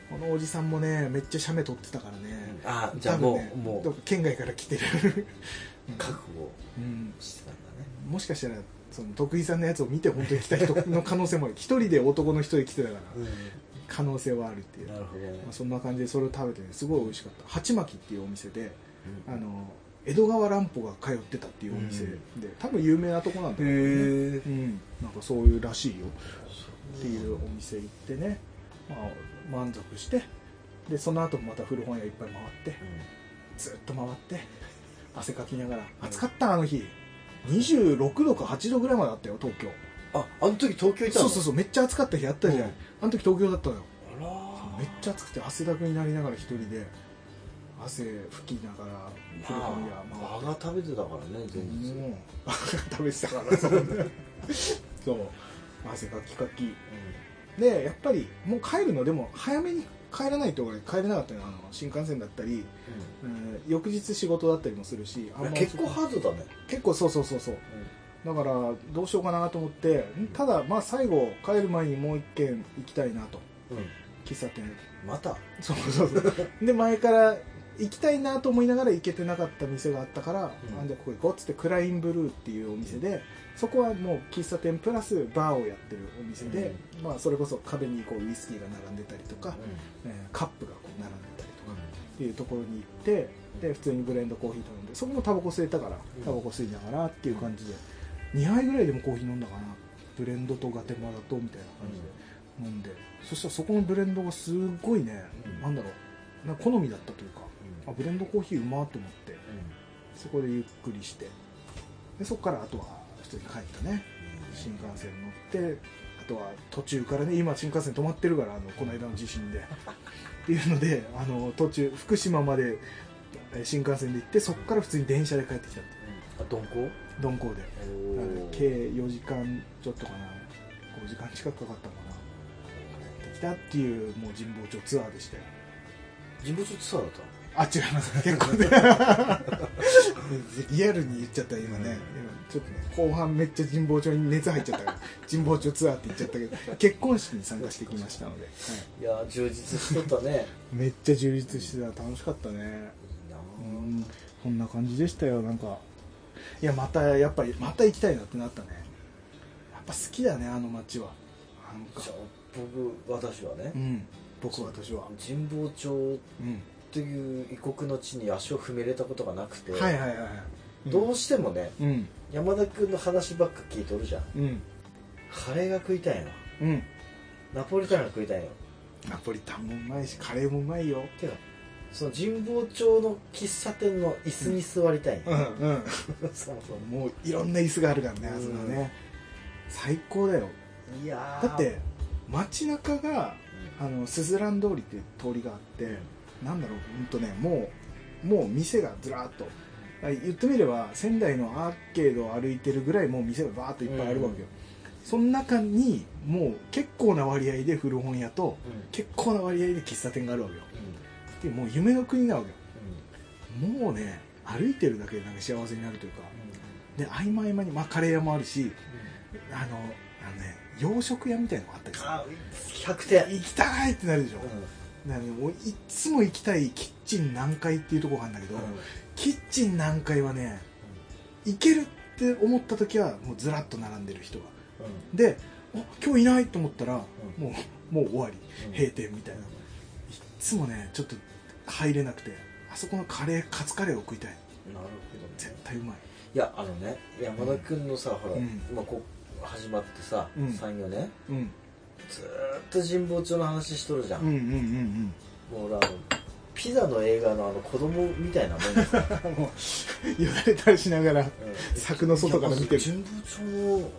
Speaker 1: このおじさんもねめっちゃ写メ撮ってたからね
Speaker 2: あじゃあも
Speaker 1: 多
Speaker 2: う、
Speaker 1: 分ね
Speaker 2: も
Speaker 1: ど
Speaker 2: う
Speaker 1: っか県外から来てる、
Speaker 2: 覚悟を
Speaker 1: うん、
Speaker 2: してたんだね
Speaker 1: もしかしたらその徳井さんのやつを見て本当に来た人の可能性もある一人で男の人で来てたから可能性はあるっていう、
Speaker 2: なるほどね、
Speaker 1: まあ、そんな感じでそれを食べて、ね、すごい美味しかった鉢巻きっていうお店であの江戸川乱歩が通ってたっていうお店で、多分有名なとこなんだけど、
Speaker 2: へえ
Speaker 1: うん、なんかそういうらしいよっていうお店行ってね、まあ、満足してでその後もまた古本屋いっぱい回ってずっと回って汗かきながら暑かったあの日26度か8度ぐらいまであったよ東京
Speaker 2: ああの時東京いた
Speaker 1: そ
Speaker 2: の
Speaker 1: うそうそうめっちゃ暑かった日あったじゃん、
Speaker 2: うん
Speaker 1: あの時東京だったのよ
Speaker 2: あら
Speaker 1: めっちゃ暑くて汗だくになりながら一人で汗拭きながら古本屋回って
Speaker 2: まあ、が食べてたからね前日、
Speaker 1: もう 食べてたから そうねそう汗かきかきでやっぱりもう帰るのでも早めに帰らないと俺帰れなかったのよあの新幹線だったり、うん翌日仕事だったりもするしあんま
Speaker 2: 結構ハードだね、
Speaker 1: 結構そうそうそうそうだからどうしようかなと思ってんただまあ最後帰る前にもう一軒行きたいなと喫茶店
Speaker 2: また
Speaker 1: そうそうそうで前から行きたいなと思いながら行けてなかった店があったから、
Speaker 2: うん
Speaker 1: あじゃあここ行こうっつってクラインブルーっていうお店でそこはもう喫茶店プラスバーをやってるお店で、まあ、それこそ壁にこうウイスキーが並んでたりとか、えーカップがこう並んでたりとかっていうところに行ってで普通にブレンドコーヒー頼んでそこもタバコ吸えたから
Speaker 2: うん
Speaker 1: タバコ吸いながらっていう感じで2杯ぐらいでもコーヒー飲んだかなブレンドとガテマラとみたいな感じで飲んでそしたらそこのブレンドがすっごいね、
Speaker 2: うん
Speaker 1: なんだろうなんか好みだったというかあブレンドコーヒーうまーと思ってそこでゆっくりしてでそこからあとは普通に帰ったね新幹線乗ってあとは途中からね今新幹線止まってるからあのこの間の地震でっていうのであの途中福島までえ新幹線で行ってそこから普通に電車で帰ってきたって
Speaker 2: あ鈍行
Speaker 1: 鈍行でなので計4時間ちょっとかな5時間近くかかったのかなってきたっていうもう神保町ツアーでしたよ
Speaker 2: 人物ツアーだった
Speaker 1: あ違います結構ねリアルに言っちゃった今ね、今ちょっとね後半めっちゃ神保町に熱入っちゃったから神保町ツアーって言っちゃったけど結婚式に参加してきましたので、はい
Speaker 2: いやー充実しとったね
Speaker 1: めっちゃ充実してた楽しかったね
Speaker 2: いいな
Speaker 1: うんこんな感じでしたよなんかいやまたやっぱりまた行きたいなってなったねやっぱ好きだねあの街はなんか
Speaker 2: じゃあ僕私はね
Speaker 1: うん僕は私は
Speaker 2: 神保町
Speaker 1: うん
Speaker 2: という異国の地に足を踏み入れたことがなくて、
Speaker 1: はいはいはいはい
Speaker 2: どうしてもね
Speaker 1: うん
Speaker 2: 山田君の話ばっか聞いとるじゃん
Speaker 1: うん
Speaker 2: カレーが食いたいの
Speaker 1: うん
Speaker 2: ナポリタンが食いたいの
Speaker 1: ナポリタンもうまいしカレーもうまいよ
Speaker 2: てかその神保町の喫茶店の椅子に座りたいの、
Speaker 1: うん
Speaker 2: そう
Speaker 1: う
Speaker 2: そ
Speaker 1: んもういろんな椅子があるからねあ
Speaker 2: うん
Speaker 1: そこね最高だよ
Speaker 2: ういやー
Speaker 1: だって街中があのすずらん通りっていう通りがあってなんだろうほんとねもうもう店がずらーっとあ言ってみれば仙台のアーケードを歩いてるぐらいもう店がバーっといっぱいあるわけよ、その中にもう結構な割合で古本屋と
Speaker 2: うん
Speaker 1: 結構な割合で喫茶店があるわけよ
Speaker 2: う
Speaker 1: っていうもう夢の国なわけよもうね歩いてるだけでなんか幸せになるというかで合間合間に、まあ、カレー屋もあるしあのあのね洋食屋みたいなのがあったりさ
Speaker 2: あ100点
Speaker 1: 行きたいってなるでしょ、だからね、もういっつも行きたいキッチン南海っていうとこがあるんだけど、キッチン南海はね行けるって思った時はもうずらっと並んでる人がでお今日いないと思ったら、
Speaker 2: うん
Speaker 1: もうもう終わり閉店みたいないっつもねちょっと入れなくてあそこのカレーカツカレーを食いたい
Speaker 2: なる
Speaker 1: 絶対うまい
Speaker 2: いやあのね山田君のさほら
Speaker 1: うん
Speaker 2: 今こう始まってさ
Speaker 1: うん
Speaker 2: 34年
Speaker 1: うん
Speaker 2: ずーっと神保町の話しとるじゃ
Speaker 1: うんうんんうん
Speaker 2: もう俺あのピザの映画のあの子供みたいなもんですよ
Speaker 1: うんもうよだれ垂らしながら
Speaker 2: うん
Speaker 1: 柵の外から見てる
Speaker 2: 神保町の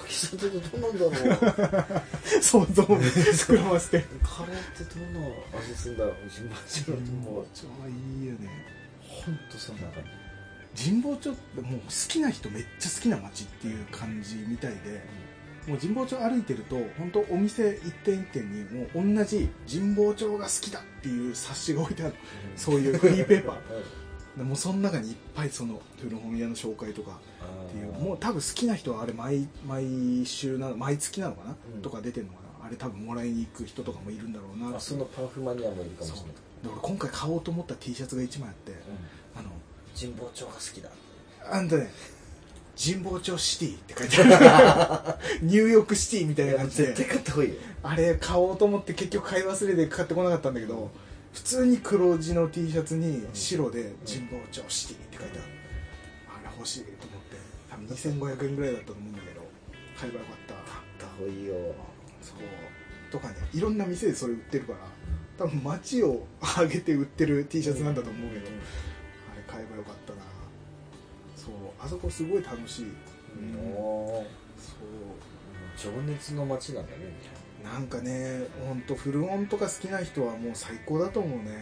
Speaker 2: 柿里ってどうなんだろうカレー
Speaker 1: 想像を膨らませて
Speaker 2: ってどんな味するんだろう神保町のもう
Speaker 1: ちょいいよね
Speaker 2: ほんとそんな感じ
Speaker 1: 神保町ってもう好きな人めっちゃ好きな街っていう感じみたいでもう神保町歩いてると本当お店一点一点にもう同じ神保町が好きだっていう冊子が置いてあるそういうフリーペーパーでもうその中にいっぱいその古本屋の紹介とかっていうもう多分好きな人はあれ毎毎週な毎月なのかな、
Speaker 2: うん
Speaker 1: とか出てるのかなあれ多分もらいに行く人とかもいるんだろうな
Speaker 2: あそのパンフマニアもいるかも
Speaker 1: そう
Speaker 2: しれない
Speaker 1: で俺今回買おうと思った T シャツが1枚あってあの
Speaker 2: 神保町が好きだ
Speaker 1: あんた ね神保町シティって書いてあ るニューヨークシティみたいな感じ
Speaker 2: 絶
Speaker 1: で
Speaker 2: 対買った方がいいよ
Speaker 1: あれ買おうと思って結局買い忘れて買ってこなかったんだけど普通に黒地の T シャツに白で「神保町シティ」って書いてあるあれ欲しいと思って多分2500円ぐらいだったと思うんだけど買えばよかった
Speaker 2: 買った方がいいよ
Speaker 1: そうとかねいろんな店でそれ売ってるから多分街を上げて売ってる T シャツなんだと思うけど、あれ買えばよかったなそうあそこすごい楽しい、
Speaker 2: おー
Speaker 1: そう
Speaker 2: 情熱の街なんだね
Speaker 1: なんかねほんと古本とか好きな人はもう最高だと思うね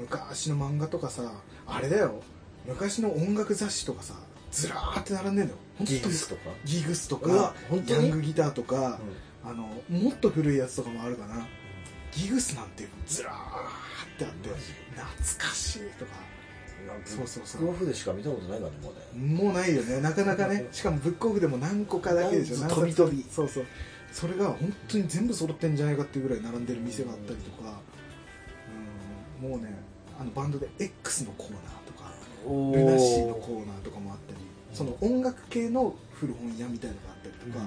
Speaker 1: 昔の漫画とかさあれだよ昔の音楽雑誌とかさずらーって並んでんだよほんと
Speaker 2: ギ
Speaker 1: に
Speaker 2: グスとか
Speaker 1: ギグスと
Speaker 2: うわ
Speaker 1: か
Speaker 2: 本当
Speaker 1: ヤ
Speaker 2: に
Speaker 1: ングギターとか、あのもっと古いやつとかもあるかなギグスなんてずらーってあって
Speaker 2: マジ
Speaker 1: 懐かしいとかそうそうそう
Speaker 2: オフでしか見たことないからねもうね
Speaker 1: もうないよねなかなかねしかもブックオフでも何個かだけでしょ
Speaker 2: 何冊
Speaker 1: 何冊
Speaker 2: 飛び飛び
Speaker 1: そうそうそれが本当に全部揃ってんじゃないかっていうぐらい並んでる店があったりとかうんもうねあのバンドで X のコーナーとか
Speaker 2: お
Speaker 1: ルナシーのコーナーとかもあったりその音楽系の古本屋みたいなのがあったりとか、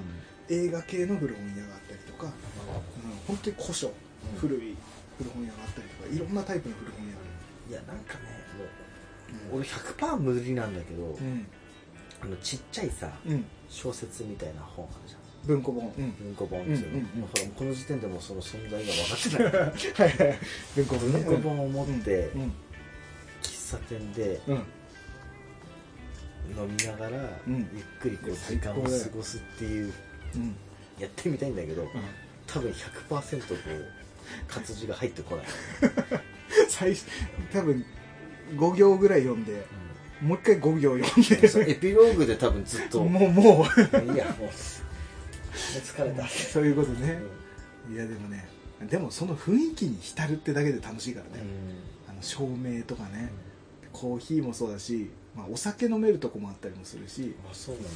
Speaker 1: 映画系の古本屋があったりとか、うん、本当に古書古い古本屋があったりとかいろんなタイプの古本屋が
Speaker 2: いやなんかね
Speaker 1: あ
Speaker 2: もう
Speaker 1: る
Speaker 2: 俺100%無理なんだけど
Speaker 1: うん、
Speaker 2: あのちっちゃいさ
Speaker 1: うんうん、
Speaker 2: 小説みたいな本あるじゃん
Speaker 1: 文庫本うん
Speaker 2: 文庫本っていう
Speaker 1: うん
Speaker 2: の、
Speaker 1: うんうん
Speaker 2: もうほらこの時点でもうその存在が 分かって
Speaker 1: は
Speaker 2: ない
Speaker 1: いはいはい文庫
Speaker 2: 文
Speaker 1: ね
Speaker 2: 庫本を持って
Speaker 1: うん
Speaker 2: 喫茶店で
Speaker 1: うん
Speaker 2: 飲みながら
Speaker 1: うん
Speaker 2: ゆっくりこう時間を過ごすっていう
Speaker 1: うん
Speaker 2: やってみたいんだけど多分100%こう活字が入ってこない、
Speaker 1: 最初多分5行ぐらい読んでもう一回5行読ん
Speaker 2: で
Speaker 1: で
Speaker 2: そのエピローグで多分ずっとい
Speaker 1: もうもう
Speaker 2: やもう 疲れた、
Speaker 1: そういうことね
Speaker 2: うん
Speaker 1: いやでもねでもその雰囲気に浸るってだけで楽しいからね、あの照明とかねコーヒーもそうだし、まあ、お酒飲めるとこもあったりもするし、
Speaker 2: あそうなんだ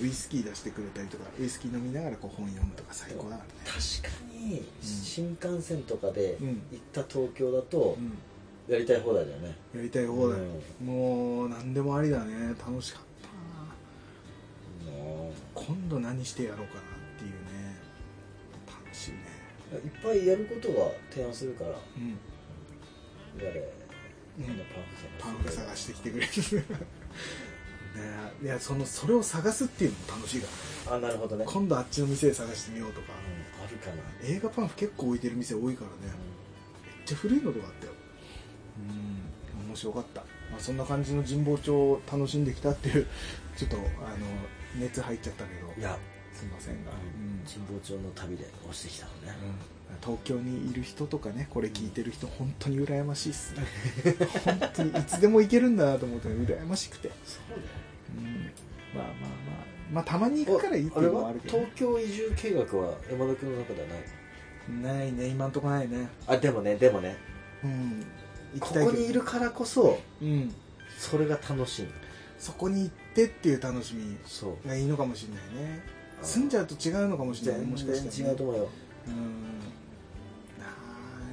Speaker 1: うん、ウイスキー出してくれたりとかウイスキー飲みながらこう本読むとか最高だからね
Speaker 2: 確かに新幹線とかで
Speaker 1: うん
Speaker 2: 行った東京だと
Speaker 1: う
Speaker 2: やりたい放題だよね、
Speaker 1: ん、やりたい放題、
Speaker 2: う
Speaker 1: もう何でもありだね楽しかったな
Speaker 2: うん
Speaker 1: 今度何してやろうかなっていうね楽しいね
Speaker 2: いっぱいやることは提案するから
Speaker 1: うん
Speaker 2: やれ、
Speaker 1: うん
Speaker 2: あの
Speaker 1: パ
Speaker 2: パ
Speaker 1: ン
Speaker 2: ン
Speaker 1: フ
Speaker 2: フ探
Speaker 1: 探してきてくれるねいやそのそれを探すっていうのも楽しいか
Speaker 2: してあなるほどね
Speaker 1: ら今度あっちの店で探してみようとか
Speaker 2: うんあるかな、
Speaker 1: 映画パンフ結構置いてる店多いからねめっちゃ古いのとかあったようん面白かった、まあ、そんな感じの神保町を楽しんできたっていうちょっとあの熱入っちゃったけど
Speaker 2: いや
Speaker 1: すいませんが、うん
Speaker 2: 神保町の旅で押してきたのね、
Speaker 1: 東京にいる人とかねこれ聞いてる人本当に羨ましいっす ね本当にいつでも行けるんだなと思って羨ましくて、
Speaker 2: そうだ
Speaker 1: うんまあまあまあまあたまに行くからいいっていうのはあるけど、
Speaker 2: 東京移住計画は山田君の中ではない
Speaker 1: ないね今んとこないね
Speaker 2: あでもねでもね
Speaker 1: うん行
Speaker 2: こ
Speaker 1: きたいけど
Speaker 2: こにいるからこそ
Speaker 1: うん
Speaker 2: それが楽しいの
Speaker 1: そこに行ってっていう楽しみ
Speaker 2: そう
Speaker 1: がいいのかもしれないね住んじゃうと違うのかもしれない
Speaker 2: 全
Speaker 1: もしかした
Speaker 2: 然
Speaker 1: ら、ね、
Speaker 2: 違うと思うよ
Speaker 1: うんは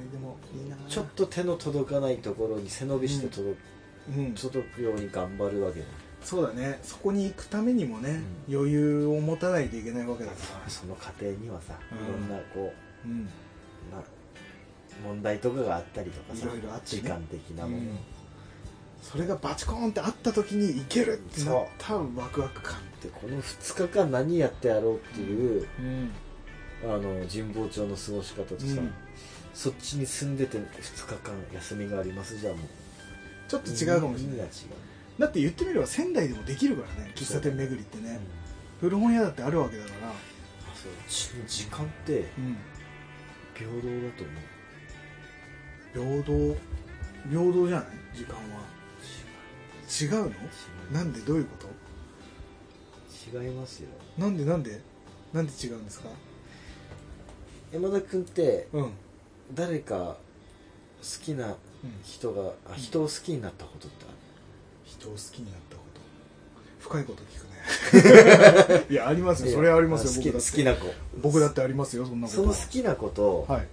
Speaker 1: いでもいいな
Speaker 2: ちょっと手の届かないところに背伸びして届く,、
Speaker 1: うん
Speaker 2: 届くように頑張るわけだ
Speaker 1: そうだねそこに行くためにもね、余裕を持たないといけないわけだか
Speaker 2: その過程にはさ
Speaker 1: うん
Speaker 2: いろんなこ
Speaker 1: らうん
Speaker 2: う、まあ、問題とかがあったりとかさ
Speaker 1: いろいろあってね
Speaker 2: 時間的なもの、
Speaker 1: うんそれがバチコーンってあった時に行けるってなったワクワク感
Speaker 2: でこの2日間何やってやろうっていう、
Speaker 1: うん
Speaker 2: あの神保町の過ごし方とさ、
Speaker 1: うん
Speaker 2: そっちに住んでて2日間休みがありますじゃあもう
Speaker 1: ちょっと違うかもしれ
Speaker 2: 意味
Speaker 1: ない
Speaker 2: が違
Speaker 1: だって言ってみれば仙台でもできるからね喫茶店巡りって
Speaker 2: う、
Speaker 1: ね
Speaker 2: うん、
Speaker 1: 古本屋だってあるわけだから
Speaker 2: あそうち時間って
Speaker 1: うん
Speaker 2: 平等だと思う
Speaker 1: 平等平等じゃない時間は違う
Speaker 2: 違う
Speaker 1: のなんでどういうこ
Speaker 2: 違いますよ
Speaker 1: となんでなんでなんで違うんですか
Speaker 2: 山田君って
Speaker 1: うん、うん、
Speaker 2: 誰か好きな人が、あ人を好きになったことってある
Speaker 1: 人を好きになったこと深いこと聞くねいやありますよそれはありますよ僕
Speaker 2: 好き
Speaker 1: だって
Speaker 2: 好きな子
Speaker 1: 僕だってありますよそんなこと
Speaker 2: その好きな子と、
Speaker 1: はい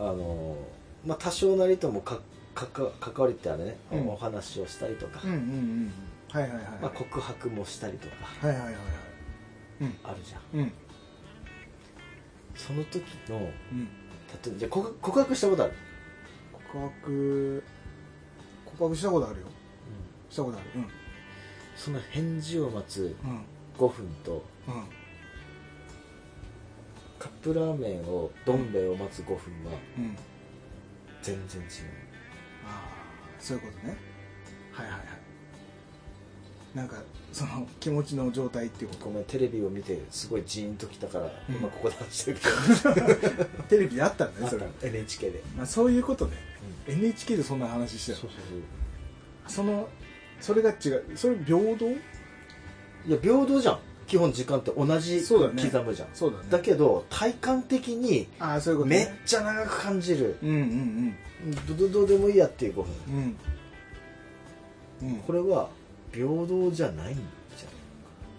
Speaker 2: あのまあ、多少なりともかかか関わりってあれね、
Speaker 1: うん
Speaker 2: お話をしたりとか、
Speaker 1: うんうんうんはいはいはい、
Speaker 2: まあ、告白もしたりとか
Speaker 1: はいはいはいはいうん
Speaker 2: あるじゃん
Speaker 1: うん
Speaker 2: その時の例
Speaker 1: うん
Speaker 2: えばじゃあ告告白したことある、
Speaker 1: 告白告白したことあるよしたことある
Speaker 2: その返事を待つ
Speaker 1: うんうん
Speaker 2: 5分と
Speaker 1: うん
Speaker 2: カップラーメンをどん兵衛を待つ5分は
Speaker 1: うん
Speaker 2: 全然違う
Speaker 1: ああそういうことねはいはいはいなんかその気持ちの状態っていうこ
Speaker 2: ごめんテレビを見てすごいジーンときたから、
Speaker 1: うん
Speaker 2: 今ここで話してるけど
Speaker 1: とテレビであったんだ ねそれ、
Speaker 2: NHK で、
Speaker 1: まあ、そういうことね NHK でそんな話して
Speaker 2: そう
Speaker 1: た
Speaker 2: そ
Speaker 1: のそ
Speaker 2: うそう
Speaker 1: のそれが違うそれ平等
Speaker 2: いや平等じゃん基本時間って同じ
Speaker 1: そう
Speaker 2: 刻
Speaker 1: だ
Speaker 2: む
Speaker 1: ね
Speaker 2: じゃんだ,、
Speaker 1: そうだね
Speaker 2: けど体感的に
Speaker 1: ああそういうこと
Speaker 2: めっ
Speaker 1: ね
Speaker 2: ちゃ長く感じる
Speaker 1: うんうん
Speaker 2: どどどうでもいいやっていう5分
Speaker 1: うんうんうん
Speaker 2: これは平等じゃないんじゃ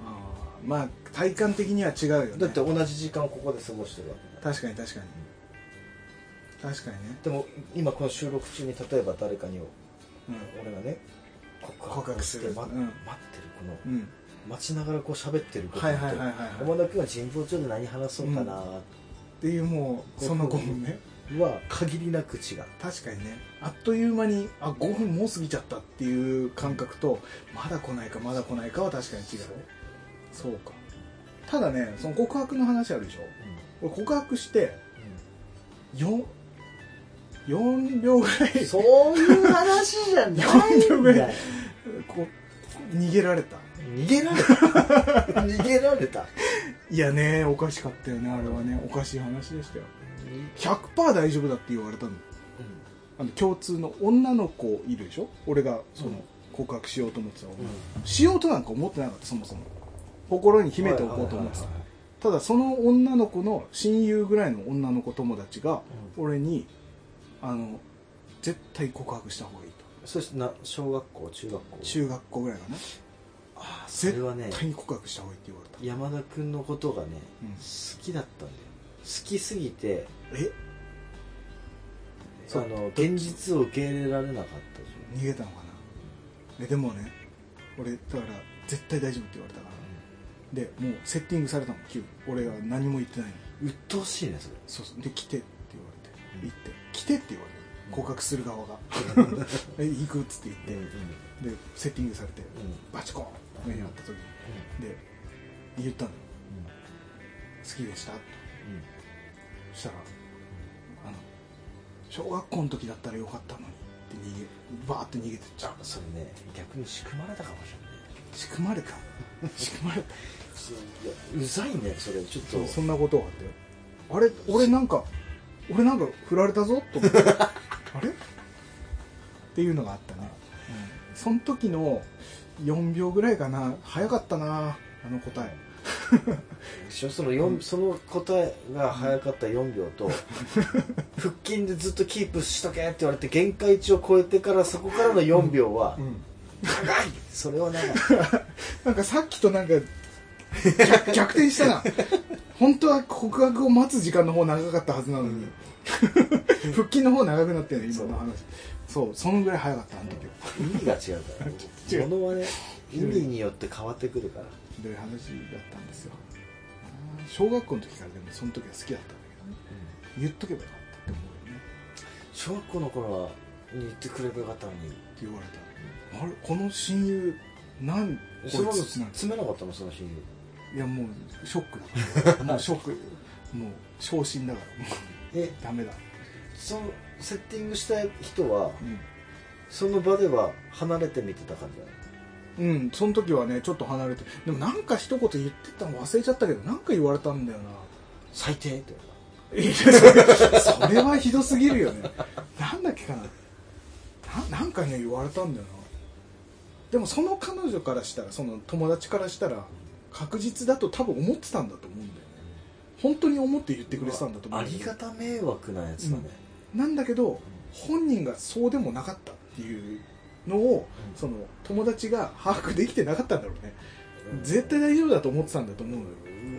Speaker 1: あーまあ体感的には違うよね
Speaker 2: んだって同じ時間をここで過ごしてるわけだ
Speaker 1: 確かに確かに確かにね、
Speaker 2: でも今この収録中に例えば誰かに
Speaker 1: うん
Speaker 2: 俺がね告
Speaker 1: 告
Speaker 2: 白
Speaker 1: 白
Speaker 2: し
Speaker 1: す
Speaker 2: て
Speaker 1: る
Speaker 2: ま待
Speaker 1: うん
Speaker 2: ってるこの
Speaker 1: うん、
Speaker 2: 待ちながらこう喋ってること
Speaker 1: はいはいはいはいはい
Speaker 2: 山田君は人望町で何話そうかな
Speaker 1: っていうもうその5分ね
Speaker 2: は限りなく違う
Speaker 1: 確かにねあっという間にあ5分もう過ぎちゃったっていう感覚とまだ来ないかまだ来ないかは確かに違うそうかただねその告白の話あるでしょ俺告白して4 4秒ぐら い
Speaker 2: そういう話じゃないんだよ
Speaker 1: こう 逃げられた
Speaker 2: 逃げられた 逃げられた
Speaker 1: いやねおかしかったよねあれはねおかしい話でしたよ100%大丈夫だって言われたのあの共通の女の子いるでしょ俺がその、
Speaker 2: うん
Speaker 1: 告白しようと思ってた女の子、しようとなんか思ってなかったそもそも心に秘めておこうと思ってた、
Speaker 2: はいはいはいはい
Speaker 1: ただその女の子の親友ぐらいの女の子友達が
Speaker 2: う
Speaker 1: 俺にあの絶対告白した方がいいと
Speaker 2: そしてな小学校中学校
Speaker 1: 中学校ぐらいかな
Speaker 2: あーそれはね
Speaker 1: 絶対に告白した方がいいって言われた
Speaker 2: 山田君のことがね、
Speaker 1: うん
Speaker 2: 好きだったんだよ好きすぎて
Speaker 1: え
Speaker 2: あ
Speaker 1: そう
Speaker 2: の現実を受け入れられなかったじ
Speaker 1: 逃げたのかなえでもね俺だから絶対大丈夫って言われたからでもうセッティングされたの急に俺は何も言ってないのに
Speaker 2: ゃん鬱陶しいねそれ
Speaker 1: そうそうで来てって言われて、
Speaker 2: うん
Speaker 1: 行って来てって言われて
Speaker 2: うん
Speaker 1: 告白する側がえ行くっつって
Speaker 2: うん
Speaker 1: 言
Speaker 2: う
Speaker 1: っ
Speaker 2: ん
Speaker 1: てでセッティングされてバチコーン目にあった時にで言ったの好きでしたそしたらあの小学校の時だったらよかったのにって逃げバーって逃げてっちゃう
Speaker 2: それね逆に仕組まれたかもしれな
Speaker 1: 仕組まれた 仕組まれた
Speaker 2: いいやうざいねそれちょっと
Speaker 1: そうそんなことがあったよあれ俺なんか俺なんか振られたぞと思って あれっていうのがあったね、うん、その時の4秒ぐらいかな早かったなあの答え
Speaker 2: しょその四その答えが早かった4秒と腹筋でずっとキープしとけって言われて限界値を超えてからそこからの4秒は
Speaker 1: うん
Speaker 2: 長いそれは長い
Speaker 1: なんかさっきとなんか逆 逆転したな本当は告白を待つ時間の方長かったはずなのに、腹筋の方長くなってるね今の話そうそのぐらい早かったあの時は
Speaker 2: 意味が違うから
Speaker 1: 違う
Speaker 2: ものはね意味によって変わってくるから
Speaker 1: ひどい話だったんですよあー小学校の時からでもその時は好きだったんだけどね言っとけばよかったって思うよね
Speaker 2: 小学校の頃はに言ってくればよかったのに
Speaker 1: って言われた、あれこの親友なんこい
Speaker 2: その
Speaker 1: つなん
Speaker 2: 詰めなかったのその親友
Speaker 1: いやもうショック だからもうショックもう昇進だからも
Speaker 2: え
Speaker 1: うダメだ、
Speaker 2: そのセッティングした人
Speaker 1: う
Speaker 2: は
Speaker 1: ん
Speaker 2: その場では離れて見てた感じだね
Speaker 1: うん、その時はねちょっと離れてでもなんか一言言ってたの忘れちゃったけどなんか言われたんだよな
Speaker 2: 最低って言われた
Speaker 1: い やそれはひどすぎるよねなんだっけかなななんかね言われたんだよなでもその彼女からしたらその友達からしたら確実だと多分思ってたんだと思うんだよね本当に思って言ってくれてたんだと思う
Speaker 2: あ
Speaker 1: んだよ
Speaker 2: り
Speaker 1: ね
Speaker 2: がた迷惑なやつだね、
Speaker 1: なんだけど本人がそうでもなかったっていうのを
Speaker 2: うん
Speaker 1: その友達が把握できてなかったんだろうね
Speaker 2: うん
Speaker 1: 絶対大丈夫だと思ってたんだと思うのよ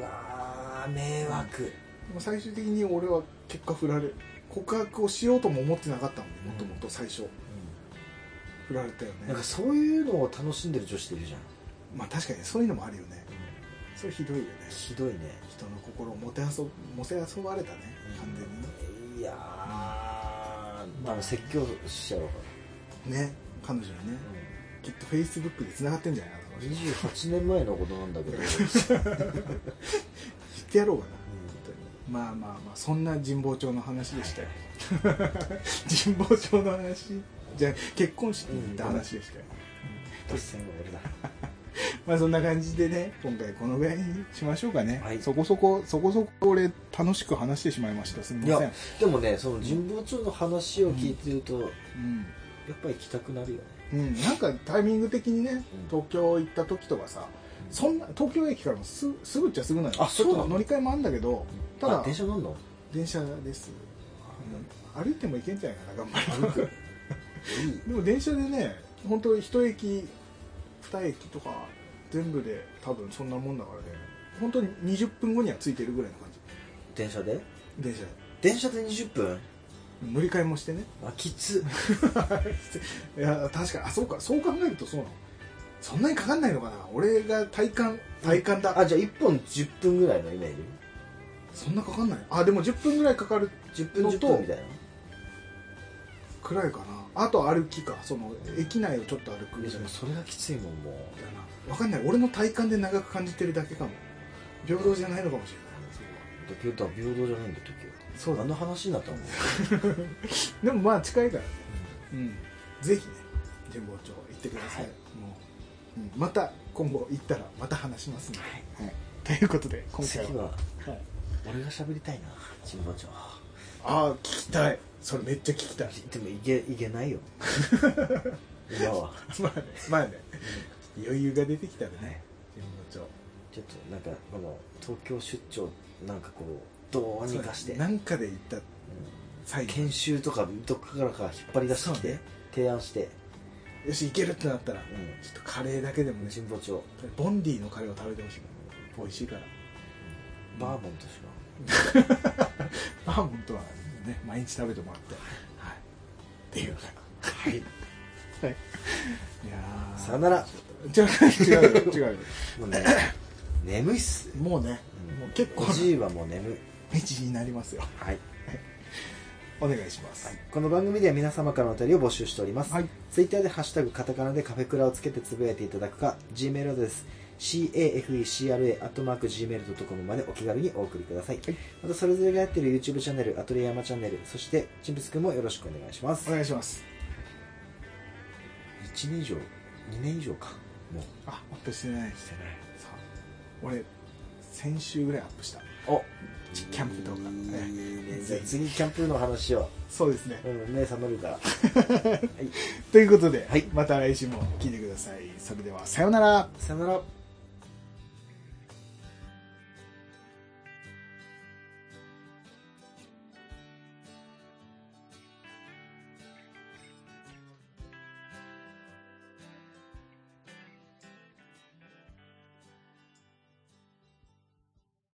Speaker 2: うわー迷惑
Speaker 1: でも最終的に俺は結果振られ告白をしようとも思ってなかったもんもともと最初振られたよ
Speaker 2: なん
Speaker 1: ね
Speaker 2: かそういうのを楽しんでる女子っているじゃん、
Speaker 1: まあ確かにそういうのもあるよねそれひどいよね
Speaker 2: ひどいね
Speaker 1: 人の心をもてあそもてあそばれたね完全にね
Speaker 2: いやーあの説教しちゃうわ、
Speaker 1: ね彼女にねきっとフェイスブックで繋がってんじゃないかなこの人
Speaker 2: 28年前のことなんだけど、
Speaker 1: 知ってやろうかなまあまあまあそんな神保町の話でしたよ 神保町の話じゃあ結婚式に行った話でしたよ、
Speaker 2: 脱線は俺だ
Speaker 1: まあそんな感じでね今回このぐらいにしましょうかね、
Speaker 2: はい
Speaker 1: そこそこそこそこ俺楽しく話してしまいましたすみ
Speaker 2: い
Speaker 1: ませ
Speaker 2: や
Speaker 1: ん、
Speaker 2: でもねその神保町の話を聞いてると、や
Speaker 1: うん
Speaker 2: っぱり行きたくなるよね
Speaker 1: うん、なんかタイミング的にね
Speaker 2: うん
Speaker 1: 東京行った時とかさそんな東京駅からもすすぐっちゃすぐなの
Speaker 2: あそうな
Speaker 1: ちょ
Speaker 2: の
Speaker 1: っと乗り換えもあるんだけどた
Speaker 2: あ
Speaker 1: だ
Speaker 2: 電車乗んの
Speaker 1: 電車ですうん歩いても行けんじゃないかな頑張れば
Speaker 2: 歩く いい
Speaker 1: でも電車でね本当一駅二駅とか全部で多分そんなもんだからね本当に20分後には着いてるぐらいの感じ
Speaker 2: 電車で
Speaker 1: 電車で
Speaker 2: 電車で20分
Speaker 1: 乗り換えもしてね
Speaker 2: あきつ
Speaker 1: いや確かにあそうかそう考えるとそうなのそんなにかかんないのかな俺が体感体感だ
Speaker 2: あじゃあ1本10分ぐらいのイメージ
Speaker 1: そんなかかんないあでも10分ぐらいかかる
Speaker 2: 10分10分みたいな
Speaker 1: くらいかなあと歩きかその駅内をちょっと歩く
Speaker 2: い
Speaker 1: ぐ
Speaker 2: や
Speaker 1: ら
Speaker 2: で
Speaker 1: い
Speaker 2: もそれがきついもんもう
Speaker 1: だな分かんない俺の体感で長く感じてるだけかも平等じゃないのかもしれないそこは
Speaker 2: だけど平等じゃないんだ時は
Speaker 1: そうだ
Speaker 2: あの話になったもん
Speaker 1: でもまあ近いからね、うん、ぜひね神保町行ってください、
Speaker 2: はい
Speaker 1: もううんまた今後行ったらまた話しますね、はいということで今回
Speaker 2: 次
Speaker 1: は
Speaker 2: は
Speaker 1: はい
Speaker 2: 俺が喋りたいな神保町
Speaker 1: ああ聞きたいそれめっちゃ聞きたい
Speaker 2: でもいけいけないよ 今は
Speaker 1: まあねまあね余裕が出てきたらね神保町
Speaker 2: ちょっとなんかこの東京出張なんかこうどうにかして、
Speaker 1: そうなんかで行った
Speaker 2: うん
Speaker 1: 際に
Speaker 2: 研修とかどっからか引っ張り出してき
Speaker 1: そう
Speaker 2: て、
Speaker 1: ね
Speaker 2: 提案して、
Speaker 1: よし行けるってなったら、
Speaker 2: う
Speaker 1: ちょっとカレーだけでも
Speaker 2: ん、
Speaker 1: ね
Speaker 2: 神保町
Speaker 1: ボンディのカレーを食べてほしい美味しいから
Speaker 2: バーボンとしか
Speaker 1: バーモントはね毎日食べてもらってはいっていうはいはいいやー
Speaker 2: さよなら
Speaker 1: 違う違う違う
Speaker 2: もうね眠いっす
Speaker 1: もうね、もう結構
Speaker 2: おじいはもう眠い
Speaker 1: 道になりますよ
Speaker 2: はい
Speaker 1: お願いします、
Speaker 2: この番組では皆様からのお便りを募集しております、
Speaker 1: はい
Speaker 2: ツイッターで「ハッシュタグカタカナ」でカフェクラをつけてつぶやいていただくか G メールアドレス cafecra.gmail.com までお気軽にお送りください、またそれぞれがやっている YouTube チャンネルアトリエ山チャンネルそしてチンプスくんもよろしくお願いします
Speaker 1: お願いします
Speaker 2: 1年以上2年以上かもう
Speaker 1: あアップしてない
Speaker 2: してない
Speaker 1: さあ俺先週ぐらいアップした
Speaker 2: お
Speaker 1: ちキャンプ動画
Speaker 2: いい
Speaker 1: え
Speaker 2: ね
Speaker 1: え
Speaker 2: じ
Speaker 1: ぜ
Speaker 2: ゃあ
Speaker 1: ひ
Speaker 2: 次キャンプの話を
Speaker 1: そうですね
Speaker 2: うん目覚める からはい
Speaker 1: ということで、
Speaker 2: はい
Speaker 1: また来週も聞いてくださいそれではさようなら
Speaker 2: さよなら